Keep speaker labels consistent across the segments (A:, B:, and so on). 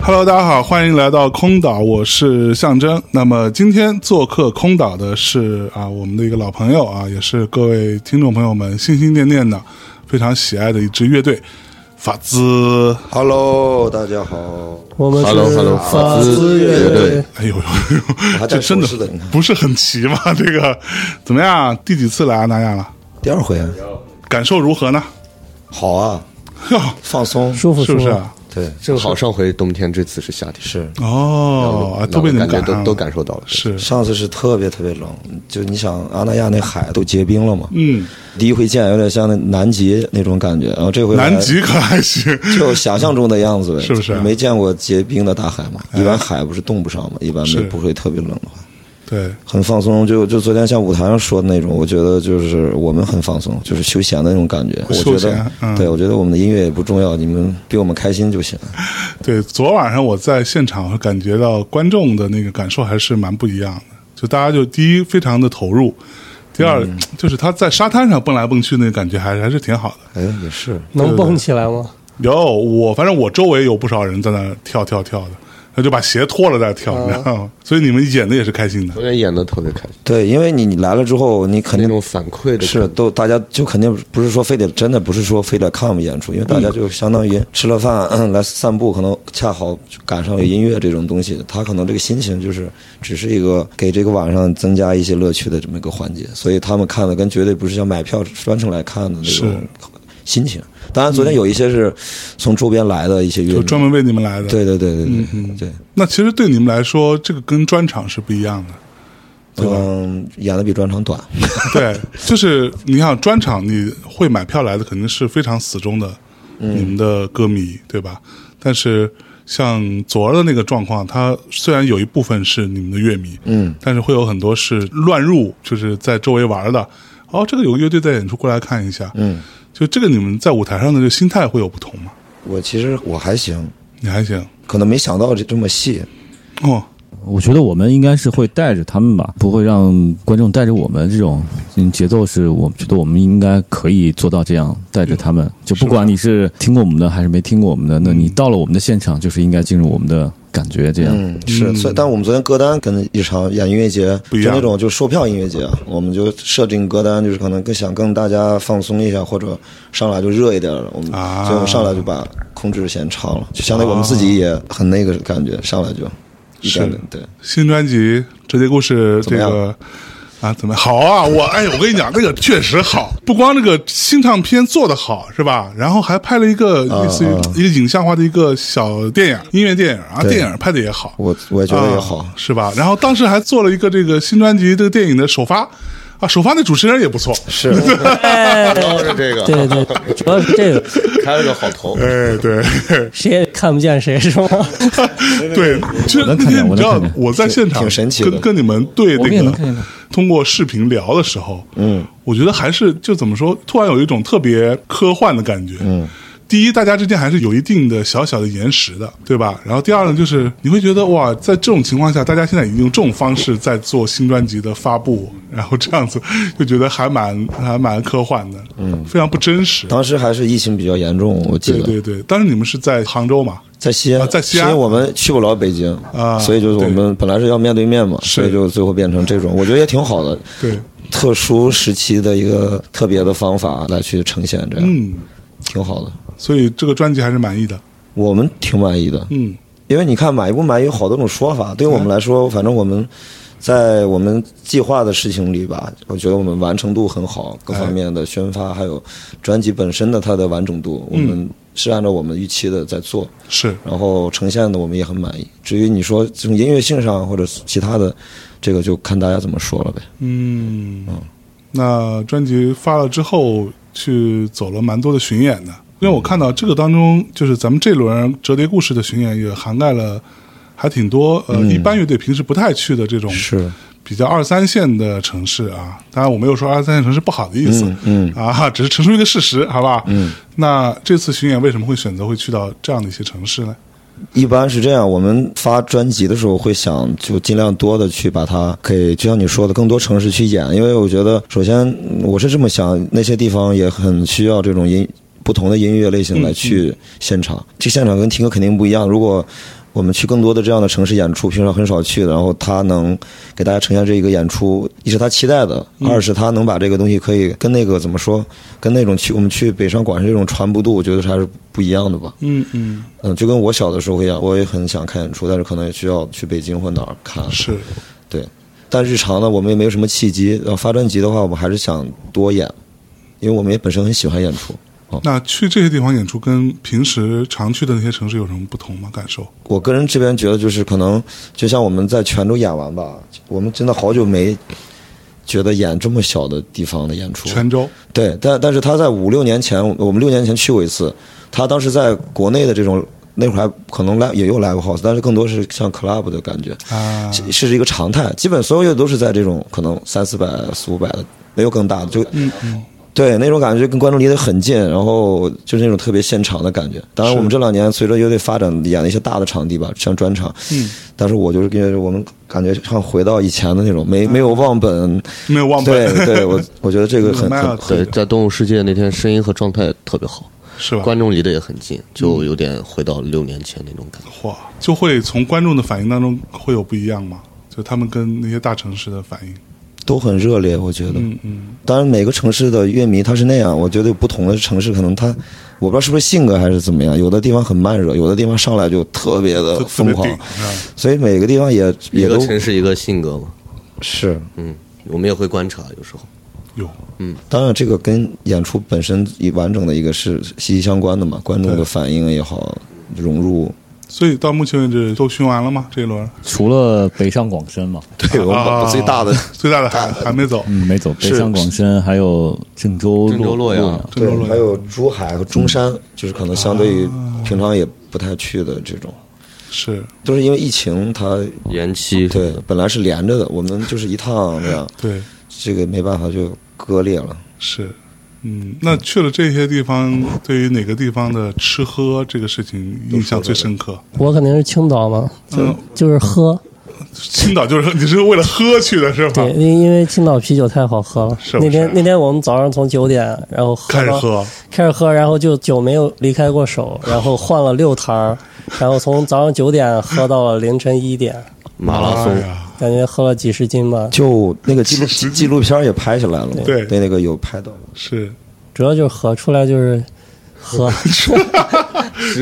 A: Hello，大家好，欢迎来到空岛，我是象征。那么今天做客空岛的是啊，我们的一个老朋友啊，也是各位听众朋友们心心念念的、非常喜爱的一支乐队——法兹。
B: Hello，大家好，
C: 我们是
D: Hello，Hello，
C: 法
D: 法
C: 兹
D: 兹
C: 乐
D: 乐
C: 队
D: 队，
A: 哎呦呦
B: 我
A: 哎呦，
B: 还
A: 这
B: 在
A: 真的
B: 说是的呢
A: 不是很齐嘛？这个怎么样？第几次来阿那亚了？
B: 第二回啊，
A: 感受如何呢？
B: 好啊，
A: 哟，
B: 放松，
C: 舒服
A: 是不是啊？？
B: 对，
D: 正好上回冬天，这次是夏天，
B: 是啊
A: 哦，哎都被你们
D: 感觉
A: 赶上
D: 都
A: 了
D: 都感受到了。
A: 是，
B: 上次是特别特别冷，就你想阿那亚那海都结冰了嘛，
A: 嗯，
B: 第一回见有点像那南极那种感觉，然后这回来
A: 南极可还行？
B: 就想象中的样子呗，
A: 是不啊是
B: 没见过结冰的大海嘛，一般海不是冻不上嘛，一般
A: 是
B: 没不会特别冷的话。
A: 对，
B: 很放松，就就昨天像舞台上说的那种，我觉得就是我们很放松，就是休闲的那种感觉。我
A: 休
B: 觉
A: 闲
B: 得，
A: 嗯
B: 对我觉得我们的音乐也不重要，你们比我们开心就行。
A: 对，昨晚上我在现场感觉到观众的那个感受还是蛮不一样的，就大家就第一非常的投入，第二、就是他在沙滩上蹦来蹦去那个感觉还还是挺好的。
B: 哎，也是，
C: 能蹦起来 吗？
A: 有我反正我周围有不少人在那儿跳跳跳的，他就把鞋脱了再跳，你知道吗？所以你们演的也是开心的
D: 昨，天演的特别开心，
B: 对，因为你你来了之后，你肯
D: 那
B: 定
D: 种反馈的
B: 是都大家就肯定不是说非得真的不是说非得看我们演出，因为大家就相当于吃了饭、 嗯来散步，可能恰好就赶上有音乐这种东西，他可能这个心情就是只是一个给这个晚上增加一些乐趣的这么一个环节，所以他们看的跟绝对不是像买票专程来看的那种心情。当然，昨天有一些是从周边来的一些乐
A: 就
B: 迷，
A: 专门为你们来的。嗯
B: 对对对对对、对，
A: 那其实对你们来说，这个跟专场是不一样的。
B: 嗯，演的比专场短。
A: 对，就是你想专场，你会买票来的肯定是非常死忠的你们的歌迷，对吧？但是像左儿的那个状况，他虽然有一部分是你们的乐迷，嗯，但是会有很多是乱入，就是在周围玩的。哦，这个有个乐队在演出，过来看一下。嗯，就这个你们在舞台上的这心态会有不同吗？
B: 我其实我还行，
A: 你还行
B: 可能没想到这这么细，
A: 哦，
E: 我觉得我们应该是会带着他们吧，不会让观众带着我们这种嗯节奏是，我觉得我们应该可以做到这样带着他们，就不管你是听过我们的还是没听过我们的，那你到了我们的现场就是应该进入我们的感觉这样。
B: 嗯，是，所以但我们昨天歌单跟一场演音乐节
A: 不一样
B: 就那种就售票音乐节啊，我们就设定歌单，就是可能更想更大家放松一下，或者上来就热一点了。我们、
A: 啊
B: 所以我们上来就把控制先唱了，就相当于我们自己
A: 啊
B: 也很那个感觉，上来就一点点对。
A: 新专辑《折叠故事》这
B: 怎么
A: 个啊，怎么样好啊？我哎，我跟你讲，那个确实好，不光这个新唱片做的好是吧？然后还拍了一个
B: 啊
A: 类似于一个影像化的一个小电影，音乐电影啊，
B: 对
A: 电影拍的也好，
B: 我我也觉得也好，
A: 啊是吧？然后当时还做了一个这个新专辑这个电影的首发。啊，首发那主持人也不错，
B: 是
D: 都哦是这个，
C: 哎对对，主要是这个，
D: 开了个好头。
A: 哎，对，
C: 谁也看不见谁是吗？
A: 对，其实那
E: 能看见
A: 天你
E: 我能
A: 知道
E: 看见
A: 我在现场
B: 挺神奇的
A: 跟跟你们对
E: 我们也
A: 那
E: 能看
A: 个
E: 见
A: 通过视频聊的时候，嗯，我觉得还是就怎么说，突然有一种特别科幻的感觉，嗯。第一，大家之间还是有一定的小小的延时的，对吧？然后第二呢，就是你会觉得哇，在这种情况下，大家现在已经用这种方式在做新专辑的发布，然后这样子就觉得还蛮还蛮科幻的，嗯，非常不真实。
B: 当时还是疫情比较严重，我记
A: 对
B: 得
A: 对对，当时你们是在杭州嘛？
B: 在西安，
A: 啊在西安
B: 因为我们去不了北京
A: 啊
B: 所以就是我们本来是要面对面嘛，所以就最后变成这种，我觉得也挺好的。
A: 对，
B: 特殊时期的一个特别的方法来去呈现，这样、
A: 嗯，
B: 挺好的，
A: 所以这个专辑还是满意的，
B: 我们挺满意的。
A: 嗯。
B: 因为你看满意不满意有好多种说法，对于我们来说，反正我们在我们计划的事情里吧，我觉得我们完成度很好，各方面的宣发还有专辑本身的它的完整度，我们是按照我们预期的在做，
A: 是
B: 然后呈现的我们也很满意。至于你说从音乐性上或者其他的，这个就看大家怎么说了呗。
A: 嗯，那专辑发了之后，去走了蛮多的巡演的，因为我看到这个当中，就是咱们这轮折叠故事的巡演也涵盖了还挺多，呃，一般乐队平时不太去的这种
B: 嗯是，
A: 比较二三线的城市啊。当然，我没有说二三线城市不好的意思，
B: 嗯
A: 啊，只是陈述一个事实，好吧？
B: 嗯，
A: 那这次巡演为什么会选择会去到这样的一些城市呢？
B: 一般是这样，我们发专辑的时候会想，就尽量多的去把它给，就像你说的，更多城市去演，因为我觉得，首先嗯我是这么想，那些地方也很需要这种音不同的音乐类型来去现场，这现场跟听歌肯定不一样。如果我们去更多的这样的城市演出，平常很少去的，然后他能给大家呈现这一个演出，一是他期待的，二是他能把这个东西可以跟那个怎么说，跟那种去我们去北上广深这种传播度，我觉得还是不一样的吧。
A: 嗯嗯，
B: 嗯，就跟我小的时候一样，我也很想看演出，但是可能也需要去北京或哪儿看。
A: 是，
B: 对，但日常呢，我们也没有什么契机。然后发专辑的话，我们还是想多演，因为我们也本身很喜欢演出。
A: 那去这些地方演出跟平时常去的那些城市有什么不同吗？感受？
B: 我个人这边觉得，就是可能就像我们在泉州演完吧，我们真的好久没觉得演这么小的地方的演出。
A: 泉州，
B: 对，但但是他在五六年前，我们六年前去过一次，他当时在国内的这种那会儿还可能来也有 live house，但是更多是像 club 的感觉。
A: 啊，
B: 是是一个常态，基本所有乐队都是在这种可能三四百、四五百的，没有更大的，就
A: 嗯嗯，
B: 对那种感觉跟观众离得很近，然后就是那种特别现场的感觉。当然，我们这两年随着乐队发展，演了一些大的场地吧，像专场，
A: 嗯，
B: 但是我就是感觉我们感觉像回到以前的那种，没没有忘本，
A: 没有忘本，
B: 对对，我我觉得这个 很
A: 麦尔
B: 很
A: 特
D: 对，在动物世界那天声音和状态特别好，
A: 是吧？
D: 观众离得也很近，就
B: 嗯
D: 有点回到六年前那种感觉。
A: 哇，就会从观众的反应当中会有不一样吗？就他们跟那些大城市的反应，
B: 都很热烈，我觉得。
A: 嗯嗯，
B: 当然，每个城市的乐迷他是那样，我觉得不同的城市可能他，我不知道是不是性格还是怎么样，有的地方很慢热，有的地方上来就特别的
A: 就特
B: 呃疯
A: 别
B: 狂
A: 顶，，是吧
B: 所以每个地方也
D: 一
B: 也
D: 个
B: 都
D: 城市一个性格嘛，
B: 是。
D: 嗯，我们也会观察，有时候
A: 有
B: 当然，这个跟演出本身一完整的一个是息息相关的嘛，观众
A: 对
B: 的反应也好，融入。
A: 所以到目前为止都巡完了吗？这一轮
E: 除了北上广深嘛，
B: 对我们
A: 啊
B: 把最 大的
A: 最大的还还没走，
E: 嗯，没走北
B: 是
E: 上广深，还有郑州、
D: 郑州洛阳
A: 郑州
B: 对，还
A: 轮
B: 有珠海和中山，就是可能相对于平常也不太去的这种，
A: 是
B: 都是因为疫情它
D: 延期
B: 哦对，本来是连着的，我们就是一趟这 样，
A: 对
B: 这个没办法就割裂了。
A: 是。嗯，那去了这些地方，对于哪个地方的吃喝这个事情印象最深刻？
C: 我肯定是青岛嘛，就
A: 嗯
C: 就是喝，
A: 青岛就是你是为了喝去的是吧？
C: 对，因因为青岛啤酒太好喝了。
A: 是不是
C: 那天那天我们早上从九点，然后喝
A: 开始
C: 到
A: 喝，
C: 开始喝，然后就酒没有离开过手，然后换了六坛儿，然后从早上九点喝到了凌晨一点，
D: 马
B: 啊
D: 拉
A: 哎
D: 松，
A: 呀，
C: 感觉喝了几十斤吧。
B: 就那个 纪录纪录片也拍下来了嘛，
A: 对
B: 对，那个有拍到。
A: 是
C: 主要就是喝出来就是喝，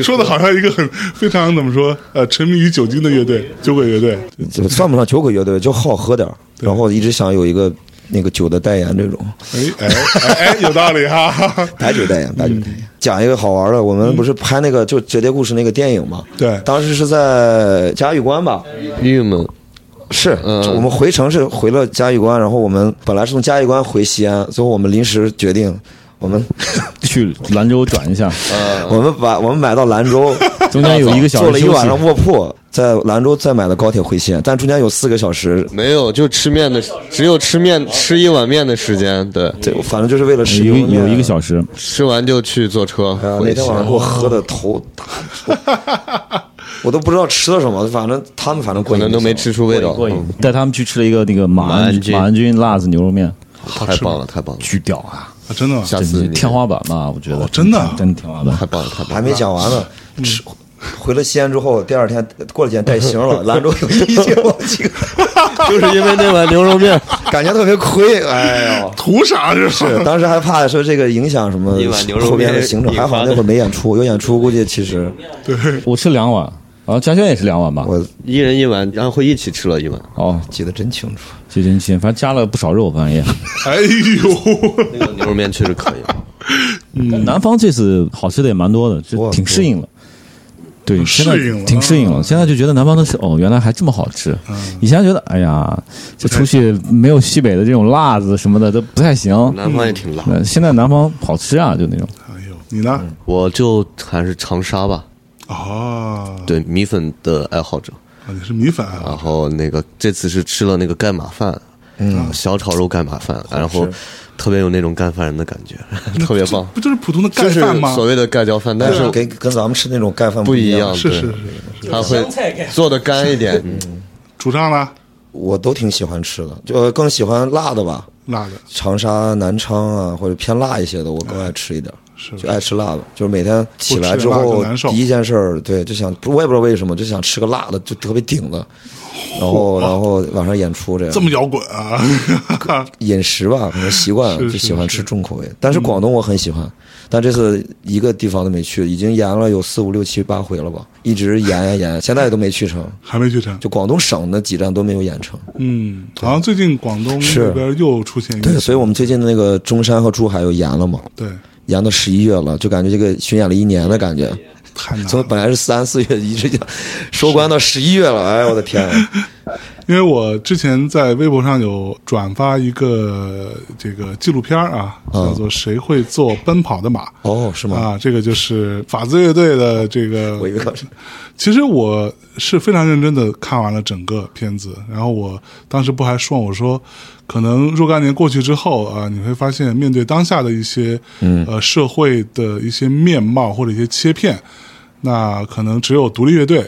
A: 说的好像一个很非常怎么说呃沉迷于酒精的乐队，酒鬼乐队，
B: 就算不上酒鬼乐队，就好喝点儿，
A: 对
B: 然后一直想有一个那个酒的代言这种，
A: 哎哎哎哎，有道理哈。
B: 白酒代言，白酒代言。嗯讲一个好玩的，我们不是拍那个就《折叠故事》那个电影嘛？
A: 对
B: 当时是在嘉峪关吧？
D: 郁闷，
B: 是，
D: 嗯
B: 就我们回城是回了嘉峪关，然后我们本来是从嘉峪关回西安，最后我们临时决定，我们
E: 去兰州转一下，
D: 啊
B: 我们把我们买到兰州，
E: 嗯 中间有一
B: 坐
E: 个小
B: 了
E: 时
B: 一
E: 休
B: 晚
E: 息
B: 上。卧铺，在兰州再买的高铁回西安，但中间有四个小时，
D: 没有，就吃面的，只有吃面吃一碗面的时间，对，
B: 对，反正就是为了吃
E: 有一
B: 牛肉面
E: 有一个小时，
D: 吃完就去坐车
B: 啊，
D: 回
B: 那
D: 去
B: 天晚上给我喝的头大，我 都不知道吃了什么，反正他们反正过
D: 可
B: 瘾
D: 能都没吃出味道，嗯
E: 带他们去吃了一个那个马
D: 马
E: 鞍
D: 鞍菌
E: 马鞍菌辣子牛肉面，
D: 太棒了，太棒了，
E: 巨屌啊！
A: 啊，真的吗？
D: 下次
E: 真是
D: 你
E: 天花板吧，我觉得
A: 哦真的啊
E: 真天花板
D: 太。棒了，太棒了，
B: 还没讲完呢，
E: 嗯
B: 吃。回了西安之后，第二天过了几天带星 了，兰州有一星，我几个
D: 就是因为那碗牛肉面，
B: 感觉特别 亏，哎呦，
A: 图啥这是？
B: 是当时还怕说这个影响什么
D: 一碗牛肉面
B: 后边的行程，
D: 引
B: 还
D: 发
B: 好那会儿没演出，有演出估计其实
E: 我吃两碗，然后嘉轩也是两碗吧。
B: 我
D: 一人一碗，然后一起吃了一碗，
E: 哦，
B: 记得真清楚。
E: 这真鲜，反正加了不少肉，反正也。
A: 哎呦，
D: 那个牛肉面确实可以，
E: 但南方这次好吃的也蛮多的，就
B: 哇
E: 挺适应了。对，
A: 适
E: 现在
A: 应了
E: 挺适应了。现在就觉得南方的是哦，原来还这么好吃。以前觉得哎呀，这出去没有西北的这种辣子什么的都不太行。
C: 嗯
D: 南方也挺辣，
E: 呃现在南方好吃啊，就那种。
A: 哎呦，你呢？
D: 我就还是长沙吧，
A: 哦，
D: 对米粉的爱好者。
A: 啊你是米粉啊，
D: 然后那个这次是吃了那个盖码饭，嗯，小炒肉盖码饭，然后特别有那种干饭人的感觉， 特别棒。
A: 不就是普通的盖
D: 就是
A: 饭吗？
D: 所谓的盖浇饭，但
A: 啊
D: 是
B: 跟跟咱们吃那种盖饭
D: 不
B: 一
D: 一样，
A: 是
D: 对
A: 是是，
D: 它会做的干一点。嗯
A: 主唱呢？
B: 我都挺喜欢吃的，就更喜欢辣的吧，
A: 辣
D: 嗯
A: 的，
B: 长沙、南昌啊，或者偏辣一些的，我更爱吃一点。
A: 哎是
B: 就爱吃辣的，就是每天起来之
A: 不吃辣
B: 后
A: 就难受
B: 第一件事儿，对，就想不我也不知道为什么，就想吃个辣的，就特别顶的。然后，然后晚上演出这样，
A: 这么摇滚 啊！
B: 饮食吧，可能习惯
A: 是是
B: 了
A: 嗯
B: 就喜欢吃重口味。但是广东我很喜欢，但这次一个地方都没去，已经延了有四五六七八回了吧，一直延延延，现在都没去成。
A: 还没去成，
B: 就广东省的几站都没有演成，
A: 嗯，好像最近广东
B: 是
A: 那边又出现一
B: 对，
A: 个，
B: 所以我们最近的那个中山和珠海又延了嘛，
A: 对，
B: 延到十一月了，就感觉这个巡演了一年的感觉。
A: 太难了
B: 从。本来是三四月一直就收官到十一月了，哎，我的天！
A: 因为我之前在微博上有转发一个这个纪录片儿啊，叫做《谁会做奔跑的马》
B: 嗯哦，是吗？
A: 啊，这个就是法兹乐队的这个
B: 我以为老师
A: 其实我是非常认真的看完了整个片子，然后我当时不还说我说，可能若干年过去之后啊、你会发现面对当下的一些嗯呃社会的一些面貌或者一些切片，那可能只有独立乐队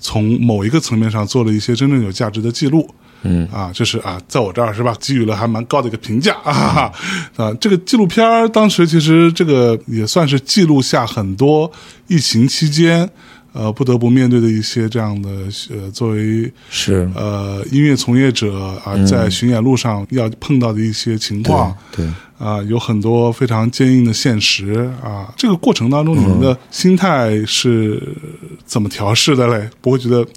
A: 从某一个层面上做了一些真正有价值的记录。嗯啊，就是啊，在我这儿是吧，给予了还蛮高的一个评价啊啊！这个纪录片儿当时其实这个也算是记录下很多疫情期间呃不得不面对的一些这样的呃作为
B: 是嗯
A: 呃音乐从业者啊、在巡演路上要碰到的一些情况
B: 对，
A: 啊、有很多非常坚硬的现实啊、这个过程当中，你们
B: 嗯
A: 的心态是怎么调试的嘞？不会觉得嘖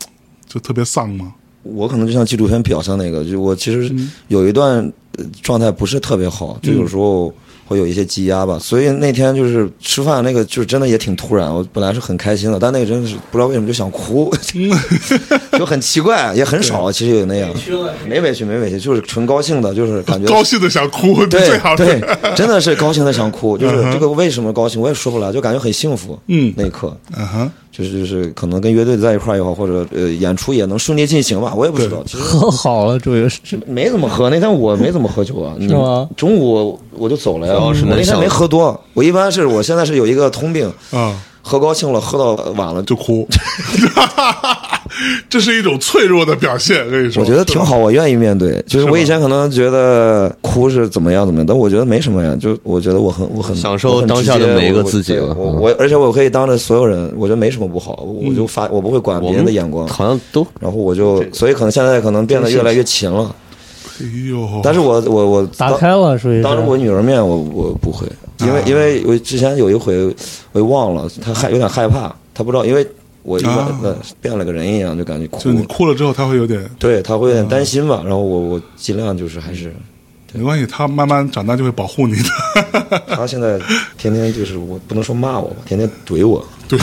A: 就特别丧吗？
B: 我可能就像纪录片表上那个，就我其实
A: 嗯
B: 有一段呃状态不是特别好，就有时候会有一些积压吧。所以那天就是吃饭那个，就是真的也挺突然。我本来是很开心的，但那个真的是不知道为什么就 想哭，就很奇怪，也很少，其实有那样，没委屈没委屈，就是纯高兴的，就是感觉
A: 高兴的想哭，最
B: 对
A: 好
B: 对
A: 是，
B: 真的是高兴的想 哭，就是这个为什么高兴，我也说不来，就感觉很幸福。
A: 嗯
B: 那一刻
A: 嗯哼，
B: 就是就是可能跟乐队在一块儿也好，或者呃演出也能顺利进行吧，我也不知道。其实
C: 可 好了，主要是
B: 没怎么喝，那天我没怎么喝 酒啊，你
C: 吗
B: 中午我就走了呀，
D: 主要
B: 我
D: 是能
B: 那天
D: 想
B: 没喝多，我一般是我现在是有一个通病，
A: 啊，
B: 喝高兴了，喝到晚了。
A: 就哭， 这是一种脆弱的表现。我跟你说，
B: 我觉得挺好，我愿意面对。就
A: 是
B: 是我
A: 吧
B: 以前可能觉得哭是怎么样怎么样，但我觉得没什么呀。就我觉得我很我很
D: 享受
B: 我很直
D: 当下的
B: 接
D: 每一个
B: 我我
D: 自己
B: 对
D: 吧
B: 我
D: 嗯
B: 我而且我可以当着所有人，我觉得没什么不好。
C: 嗯
B: 我就发我不会管
D: 我
B: 别人的眼光
D: 们，好像都
B: 然后我就所以可能现在可能变得越来越勤了。
A: 哎呦，
B: 但是我我我
C: 打
B: 当
C: 开了，属于是
B: 当着我女儿面，我我不会，因
A: 啊
B: 为因为我之前有一回我忘了，她害有点害怕，她不知道，因为我一般
A: 啊
B: 呃变了个人一样，就感觉
A: 就
B: 哭
A: 你，嗯哭了之后，他会有点
B: 对她会有点担心吧。然后我我尽量就是还 是
A: 没关系，他慢慢长大就会保护你 的。
B: 她现在天天就是我不能说骂我吧，天天怼我，
A: 对，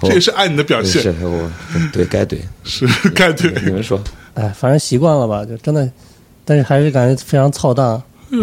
A: 这也是爱你的表
B: 是
A: 现，
B: 我哦对该怼，
A: 是该对。
B: 你 们说
C: 哎，反正习惯了吧，就真的，但是还是感觉非常操蛋。
A: 哟，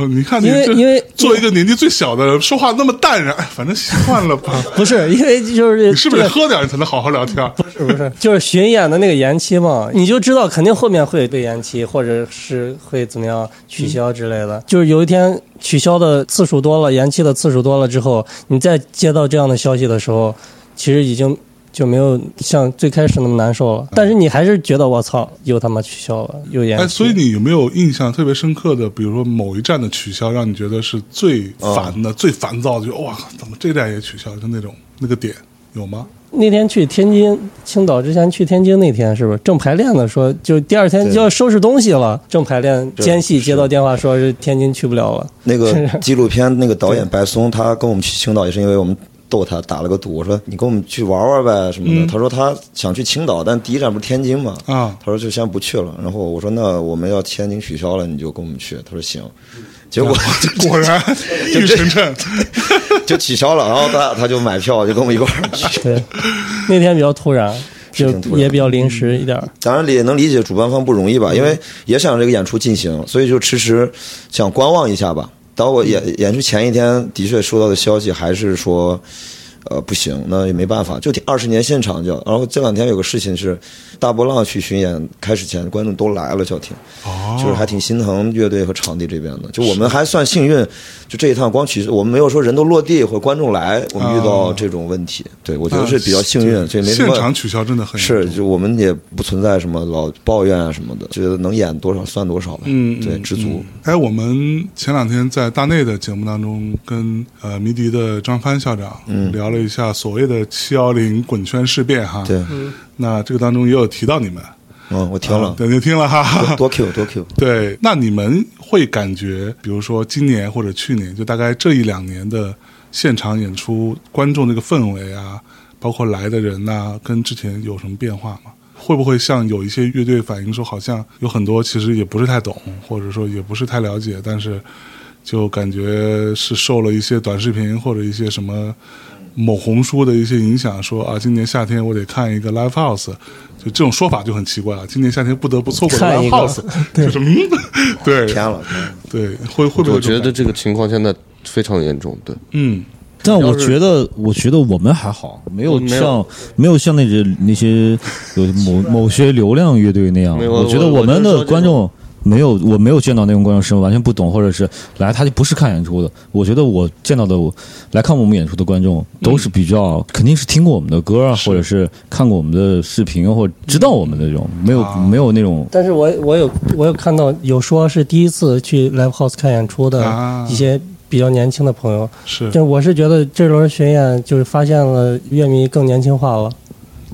A: 哎你看你
C: 因为
A: 这
C: 因为
A: 作为一个年纪最小的人，说话那么淡然，哎反正习惯了 吧？
C: 不是因为就是
A: 你是不是得喝点儿才能好好聊天儿？
C: 是不是 就是巡演的那个延期嘛？你就知道肯定后面会被延期，或者是会怎么样取消之类的。就是有一天取消的次数多了，延期的次数多了之后，你再接到这样的消息的时候，其实已经就没有像最开始那么难受了。但是你还是觉得我操，又他妈取消了，又延期。
A: 哎，所以你有没有印象特别深刻的，比如说某一站的取消，让你觉得是最烦
B: 嗯
A: 的、最烦躁的，就哇，怎么这站也取消？就那种那个点有吗？
C: 那天去天津、青岛之前去天津那天，是不是正排练呢？说就第二天
B: 对
C: 就要收拾东西了，正排练
B: 对
C: 间隙接到电话说是天津去不了了。
B: 那个纪录片那个导演白松，他跟我们去青岛也是因为我们逗他打了个赌，我说你跟我们去玩玩呗什么
A: 嗯
B: 的。他说他想去青岛，但第一站不是天津嘛，
A: 啊
B: 他说就先不去了。然后我说那我们要天津取消了，你就跟我们去。他说行。结果
A: 果然
B: 就
A: 玉
B: 这
A: 晨晨，
B: 就取消了，然后他他就买票就跟我们一块儿去。
C: 对，那天比较突然，就
B: 挺突然
C: 也比较临时一点儿。
B: 当然也能理解主办方不容易吧，因为也想让这个演出进行，所以就迟迟想观望一下吧。当我演演出前一天，的确收到的消息还是说，呃，不行，那也没办法，就二十年现场叫。然后这两天有个事情是，大波浪去巡演开始前，观众都来了，叫停。就是还挺心疼乐队和场地这边的。就我们还算幸运，就这一趟光取，我们没有说人都落地或者观众来，我们遇到这种问题。对，我觉得是比较幸运，所以没什
A: 现
B: 么。
A: 嗯场取消真的很严
B: 是，
A: 重
B: 就我们也不存在什么老抱怨啊什么的，觉得能演多少算多少呗。
A: 嗯，
B: 对，
A: 嗯
B: 知足。。
A: 嗯哎，我们前两天在大内的节目当中跟，呃迷笛的张帆校长
B: 嗯
A: 聊了一下所谓的“七幺零滚圈事变”哈。
B: 对，
A: 那这个当中也有提到你们，
B: 嗯，我听了
A: 啊，对，你听了 哈。
B: 多 Q 多 Q。
A: 对，那你们会感觉，比如说今年或者去年，就大概这一两年的现场演出，观众这个氛围啊，包括来的人呐、跟之前有什么变化吗？会不会像有一些乐队反映说，好像有很多其实也不是太懂，或者说也不是太了解，但是就感觉是受了一些短视频或者一些什么某红书的一些影响，说啊，今年夏天我得看一个 live house，就这种说法就很奇怪了。今年夏天不得不错过
C: 看
A: live
C: 一个
A: house，就是嗯，对
B: 偏了，偏了
A: 对，会会不会有这种
D: 我觉
A: 感？
D: 得这个情况现在非常严重，对，
A: 嗯，
E: 但我觉得，我觉得我们还好，嗯没有
D: 没有
E: 像没有像那些那 些有某某些流量乐队那样。
D: 没有
E: 我觉得
D: 我我
E: 们
D: 就是说
E: 的
D: 这
E: 观众没有，我没有见到那种观众是完全不懂，或者是来他就不是看演出的。我觉得我见到的我来看我们演出的观众都是比较，肯定是听过我们的歌啊，或者嗯是看过我们的视频，啊或者知道我们的这种，没有、没有那种
C: 但是我我有我有看到有说是第一次去 live house 看演出的
A: 啊
C: 一些比较年轻的朋友，
A: 是
C: 就我是觉得这轮巡演就是发现了乐迷更年轻化了，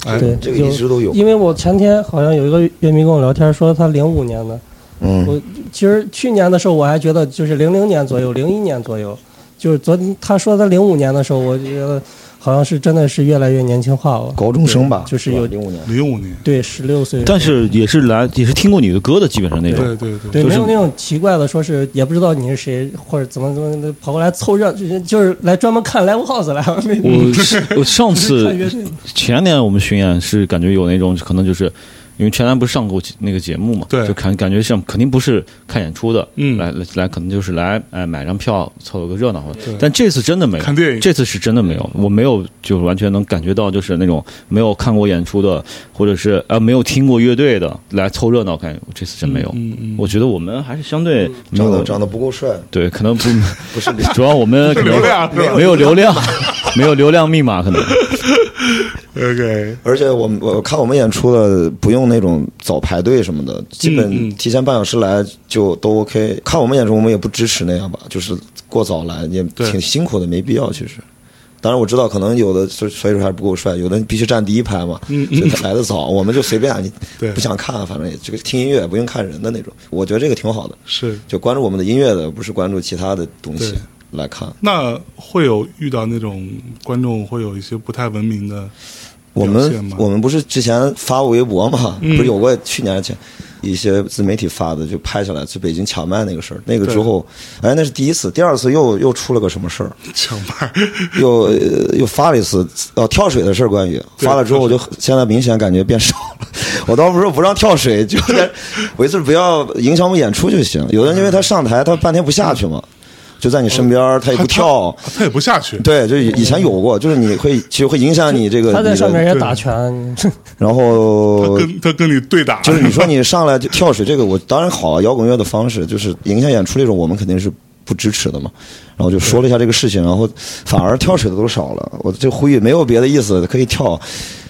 A: 哎，
C: 对，
B: 这个
C: 就
B: 一直都有。
C: 因为我前天好像有一个乐迷跟我聊天，说他零五年的，
B: 嗯，
C: 我其实去年的时候我还觉得就是零零年左右，零一年左右，就是昨天他说他零五年的时候，我就觉得好像是真的是越来越年轻化了，
B: 高中生吧，
C: 就是有
B: 零五年。
A: 零五年，
C: 对，十六岁，
E: 但是也是来也是听过你的歌的，基本上那种。
A: 对对对，
C: 对，
E: 就
C: 没
E: 是
C: 有那种奇怪的，说是也不知道你是谁，或者怎么怎么的跑过来凑热，就是就是来专门看 live house 来了。 那种
E: 我我上次
C: 看乐队
E: 前两年我们巡演是感觉有那种可能就是，因为前两年不是上过那个节目嘛，
A: 对
E: 就感感觉像肯定不是看演出的，
A: 嗯
E: 来来来可能就是来哎买张票凑个热闹，
A: 对
E: 但这次真的没有
A: 看电影
E: 这次是真的没有，我没有就是完全能感觉到就是那种没有看过演出的，或者是呃没有听过乐队的来凑热闹看，这次真没有，
A: 嗯嗯
E: 我觉得我们还是相对没
B: 长得
E: 有
B: 长得不够帅，
E: 对可 能不。
B: 不是
E: 主要我们可能
A: 流量是吧
E: 没有流量， 没有流量密码可能。
A: ，OK，
B: 而且我们我看我们演出的不用那种早排队什么的，基
A: 嗯
B: 本
A: 嗯
B: 提前半小时来就都 OK。看我们演出，我们也不支持那样吧，就是过早来也
A: 对
B: 挺辛苦的，没必要其实。当然我知道，可能有的所以所以说还是不够帅，有的必须站第一排嘛，嗯嗯、所以他来的早。我们就随便，你
A: 对
B: 不想看，啊反正也这个听音乐不用看人的那种。我觉得这个挺好的，
A: 是。
B: 就关注我们的音乐的，不是关注其他的东西
A: 对
B: 来看。
A: 那会有遇到那种观众会有一些不太文明的
B: 我
A: 表现
B: 们
A: 吗
B: 我们不是之前发过微博嘛，
A: 嗯
B: 不是有过去年前一些自媒体发的，就拍下来，就北京抢麦那个事儿。那个之后，哎，那是第一次，第二次又又出了个什么事儿，
A: 抢麦，
B: 又、呃又发了一次，哦，跳水的事儿，关于
A: 对
B: 发了之后，我就现在明显感觉变少了。我倒不是不让跳水，就但是我一次不要影响我们演出就行。有的人因为他上台，他半天不下去嘛，就在你身边儿，他也不跳。
A: 哦他啊他也不下去，
B: 对，就以以前有过，就是你会其实会影响你这个
C: 他在
B: 你
C: 上
B: 的
C: 面也打拳，
B: 然
A: 他
B: 后
A: 跟他跟你对打，
B: 就是你说你上来就跳水，这个我当然好啊，摇滚乐的方式就是影响演出这种，我们肯定是不支持的嘛。然后就说了一下这个事情，然后反而跳水的都少了。我这呼吁没有别的意思，可以跳，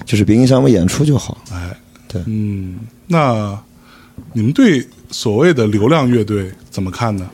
B: 就是别影响我们演出就好。
A: 哎，
B: 对
A: 嗯，那你们对所谓的流量乐队怎么看呢？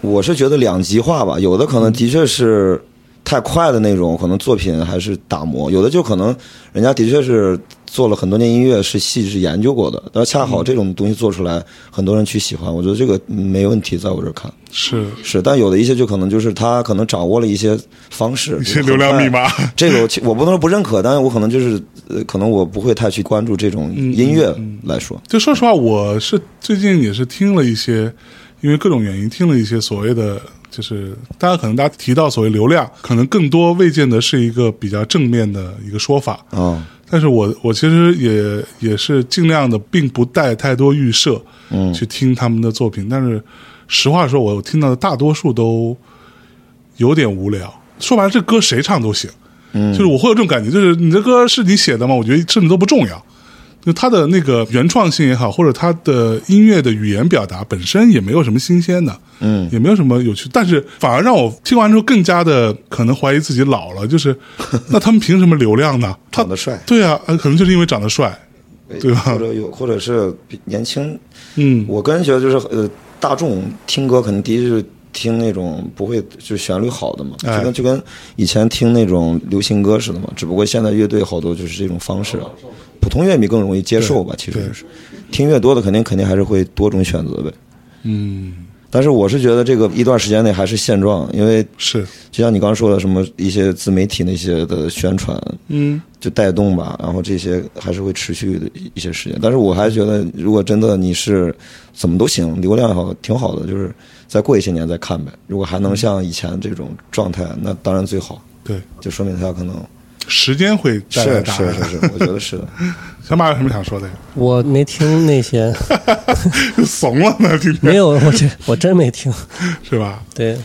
B: 我是觉得两极化吧，有的可能的确是太快的那种，可能作品还是打磨；有的就可能人家的确是做了很多年音乐，是细致研究过的，然后恰好这种东西做出来，很多人去喜欢，我觉得这个没问题，在我这儿看。
A: 是
B: 是，但有的一些就可能就是他可能掌握了一些方式，
A: 一些流量密码，
B: 这个我其我不能说不认可，但是我可能就是呃，可能我不会太去关
A: 嗯
B: 注这种音乐来说。
A: 就说实话，我是最近也是听了一些因为各种原因听了一些所谓的。就是大家可能大家提到所谓流量，可能更多未见得是一个比较正面的一个说法。
B: 啊，
A: 但是我我其实也也是尽量的，并不带太多预设，嗯，去听他们的作品。但是实话说，我听到的大多数都有点无聊。说白了，这歌谁唱都行，嗯，就是我会有这种感觉，就是你这歌是你写的吗？我觉得甚至都不重要。就它的那个原创性也好，或者它的音乐的语言表达本身也没有什么新鲜的，嗯，也没有什么有趣，但是反而让我听完之后更加的可能怀疑自己老了，就是 那他们凭什么流量呢？他
B: 长得帅
A: 对啊，呃可能就是因为长得帅，对吧
B: 或者有，或者是比年轻
A: 嗯，
B: 我个人觉得就是呃，大众听歌肯定第一就是听那种不会就旋律好的嘛，
A: 哎
B: 就跟就跟以前听那种流行歌似的嘛，只不过现在乐队好多就是这种方式，啊普通乐迷更容易接受吧，其实是听越多的肯定肯定还是会多种选择呗。
A: 嗯，
B: 但是我是觉得这个一段时间内还是现状，因为
A: 是，
B: 就像你刚说的，什么一些自媒体那些的宣传，
A: 嗯，
B: 就带动吧，然后这些还是会持续的一些时间。但是我还觉得，如果真的你是怎么都行，流量也好，挺好的，就是再过一些年再看呗。如果还能像以前这种状态，那当然最好，
A: 对，
B: 就说明他可能
A: 时间会带来
B: 是
A: 答
B: 是
A: 案。
B: 是是，我觉得是的。
A: 小马有什么想说的呀？
C: 我没听那些，
A: 又怂了呢，今天
C: 没有，我这我真没听，
A: 是吧？
C: 对，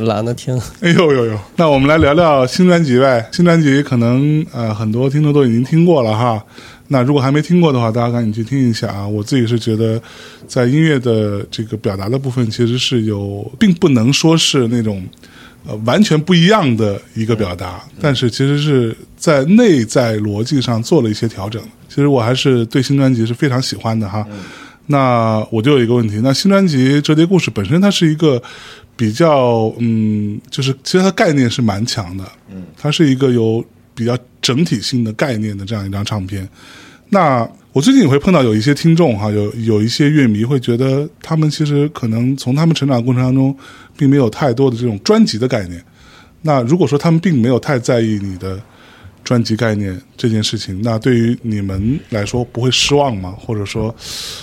C: 懒得听。
A: 哎呦呦呦！那我们来聊聊新专辑呗。新专辑可能呃很多听众都已经听过了哈。那如果还没听过的话，大家赶紧去听一下啊！我自己是觉得，在音乐的这个表达的部分，其实是有，并不能说是那种呃完全不一样的一个表达，但是其实是在内在逻辑上做了一些调整。其实我还是对新专辑是非常喜欢的哈。那我就有一个问题，那新专辑《折叠故事》本身它是一个比较，嗯，就是其实它概念是蛮强的，嗯，它是一个有比较整体性的概念的这样一张唱片。那我最近也会碰到有一些听众哈，有有一些乐迷会觉得，他们其实可能从他们成长过程当中，并没有太多的这种专辑的概念。那如果说他们并没有太在意你的专辑概念这件事情，那对于你们来说不会失望吗？或者说，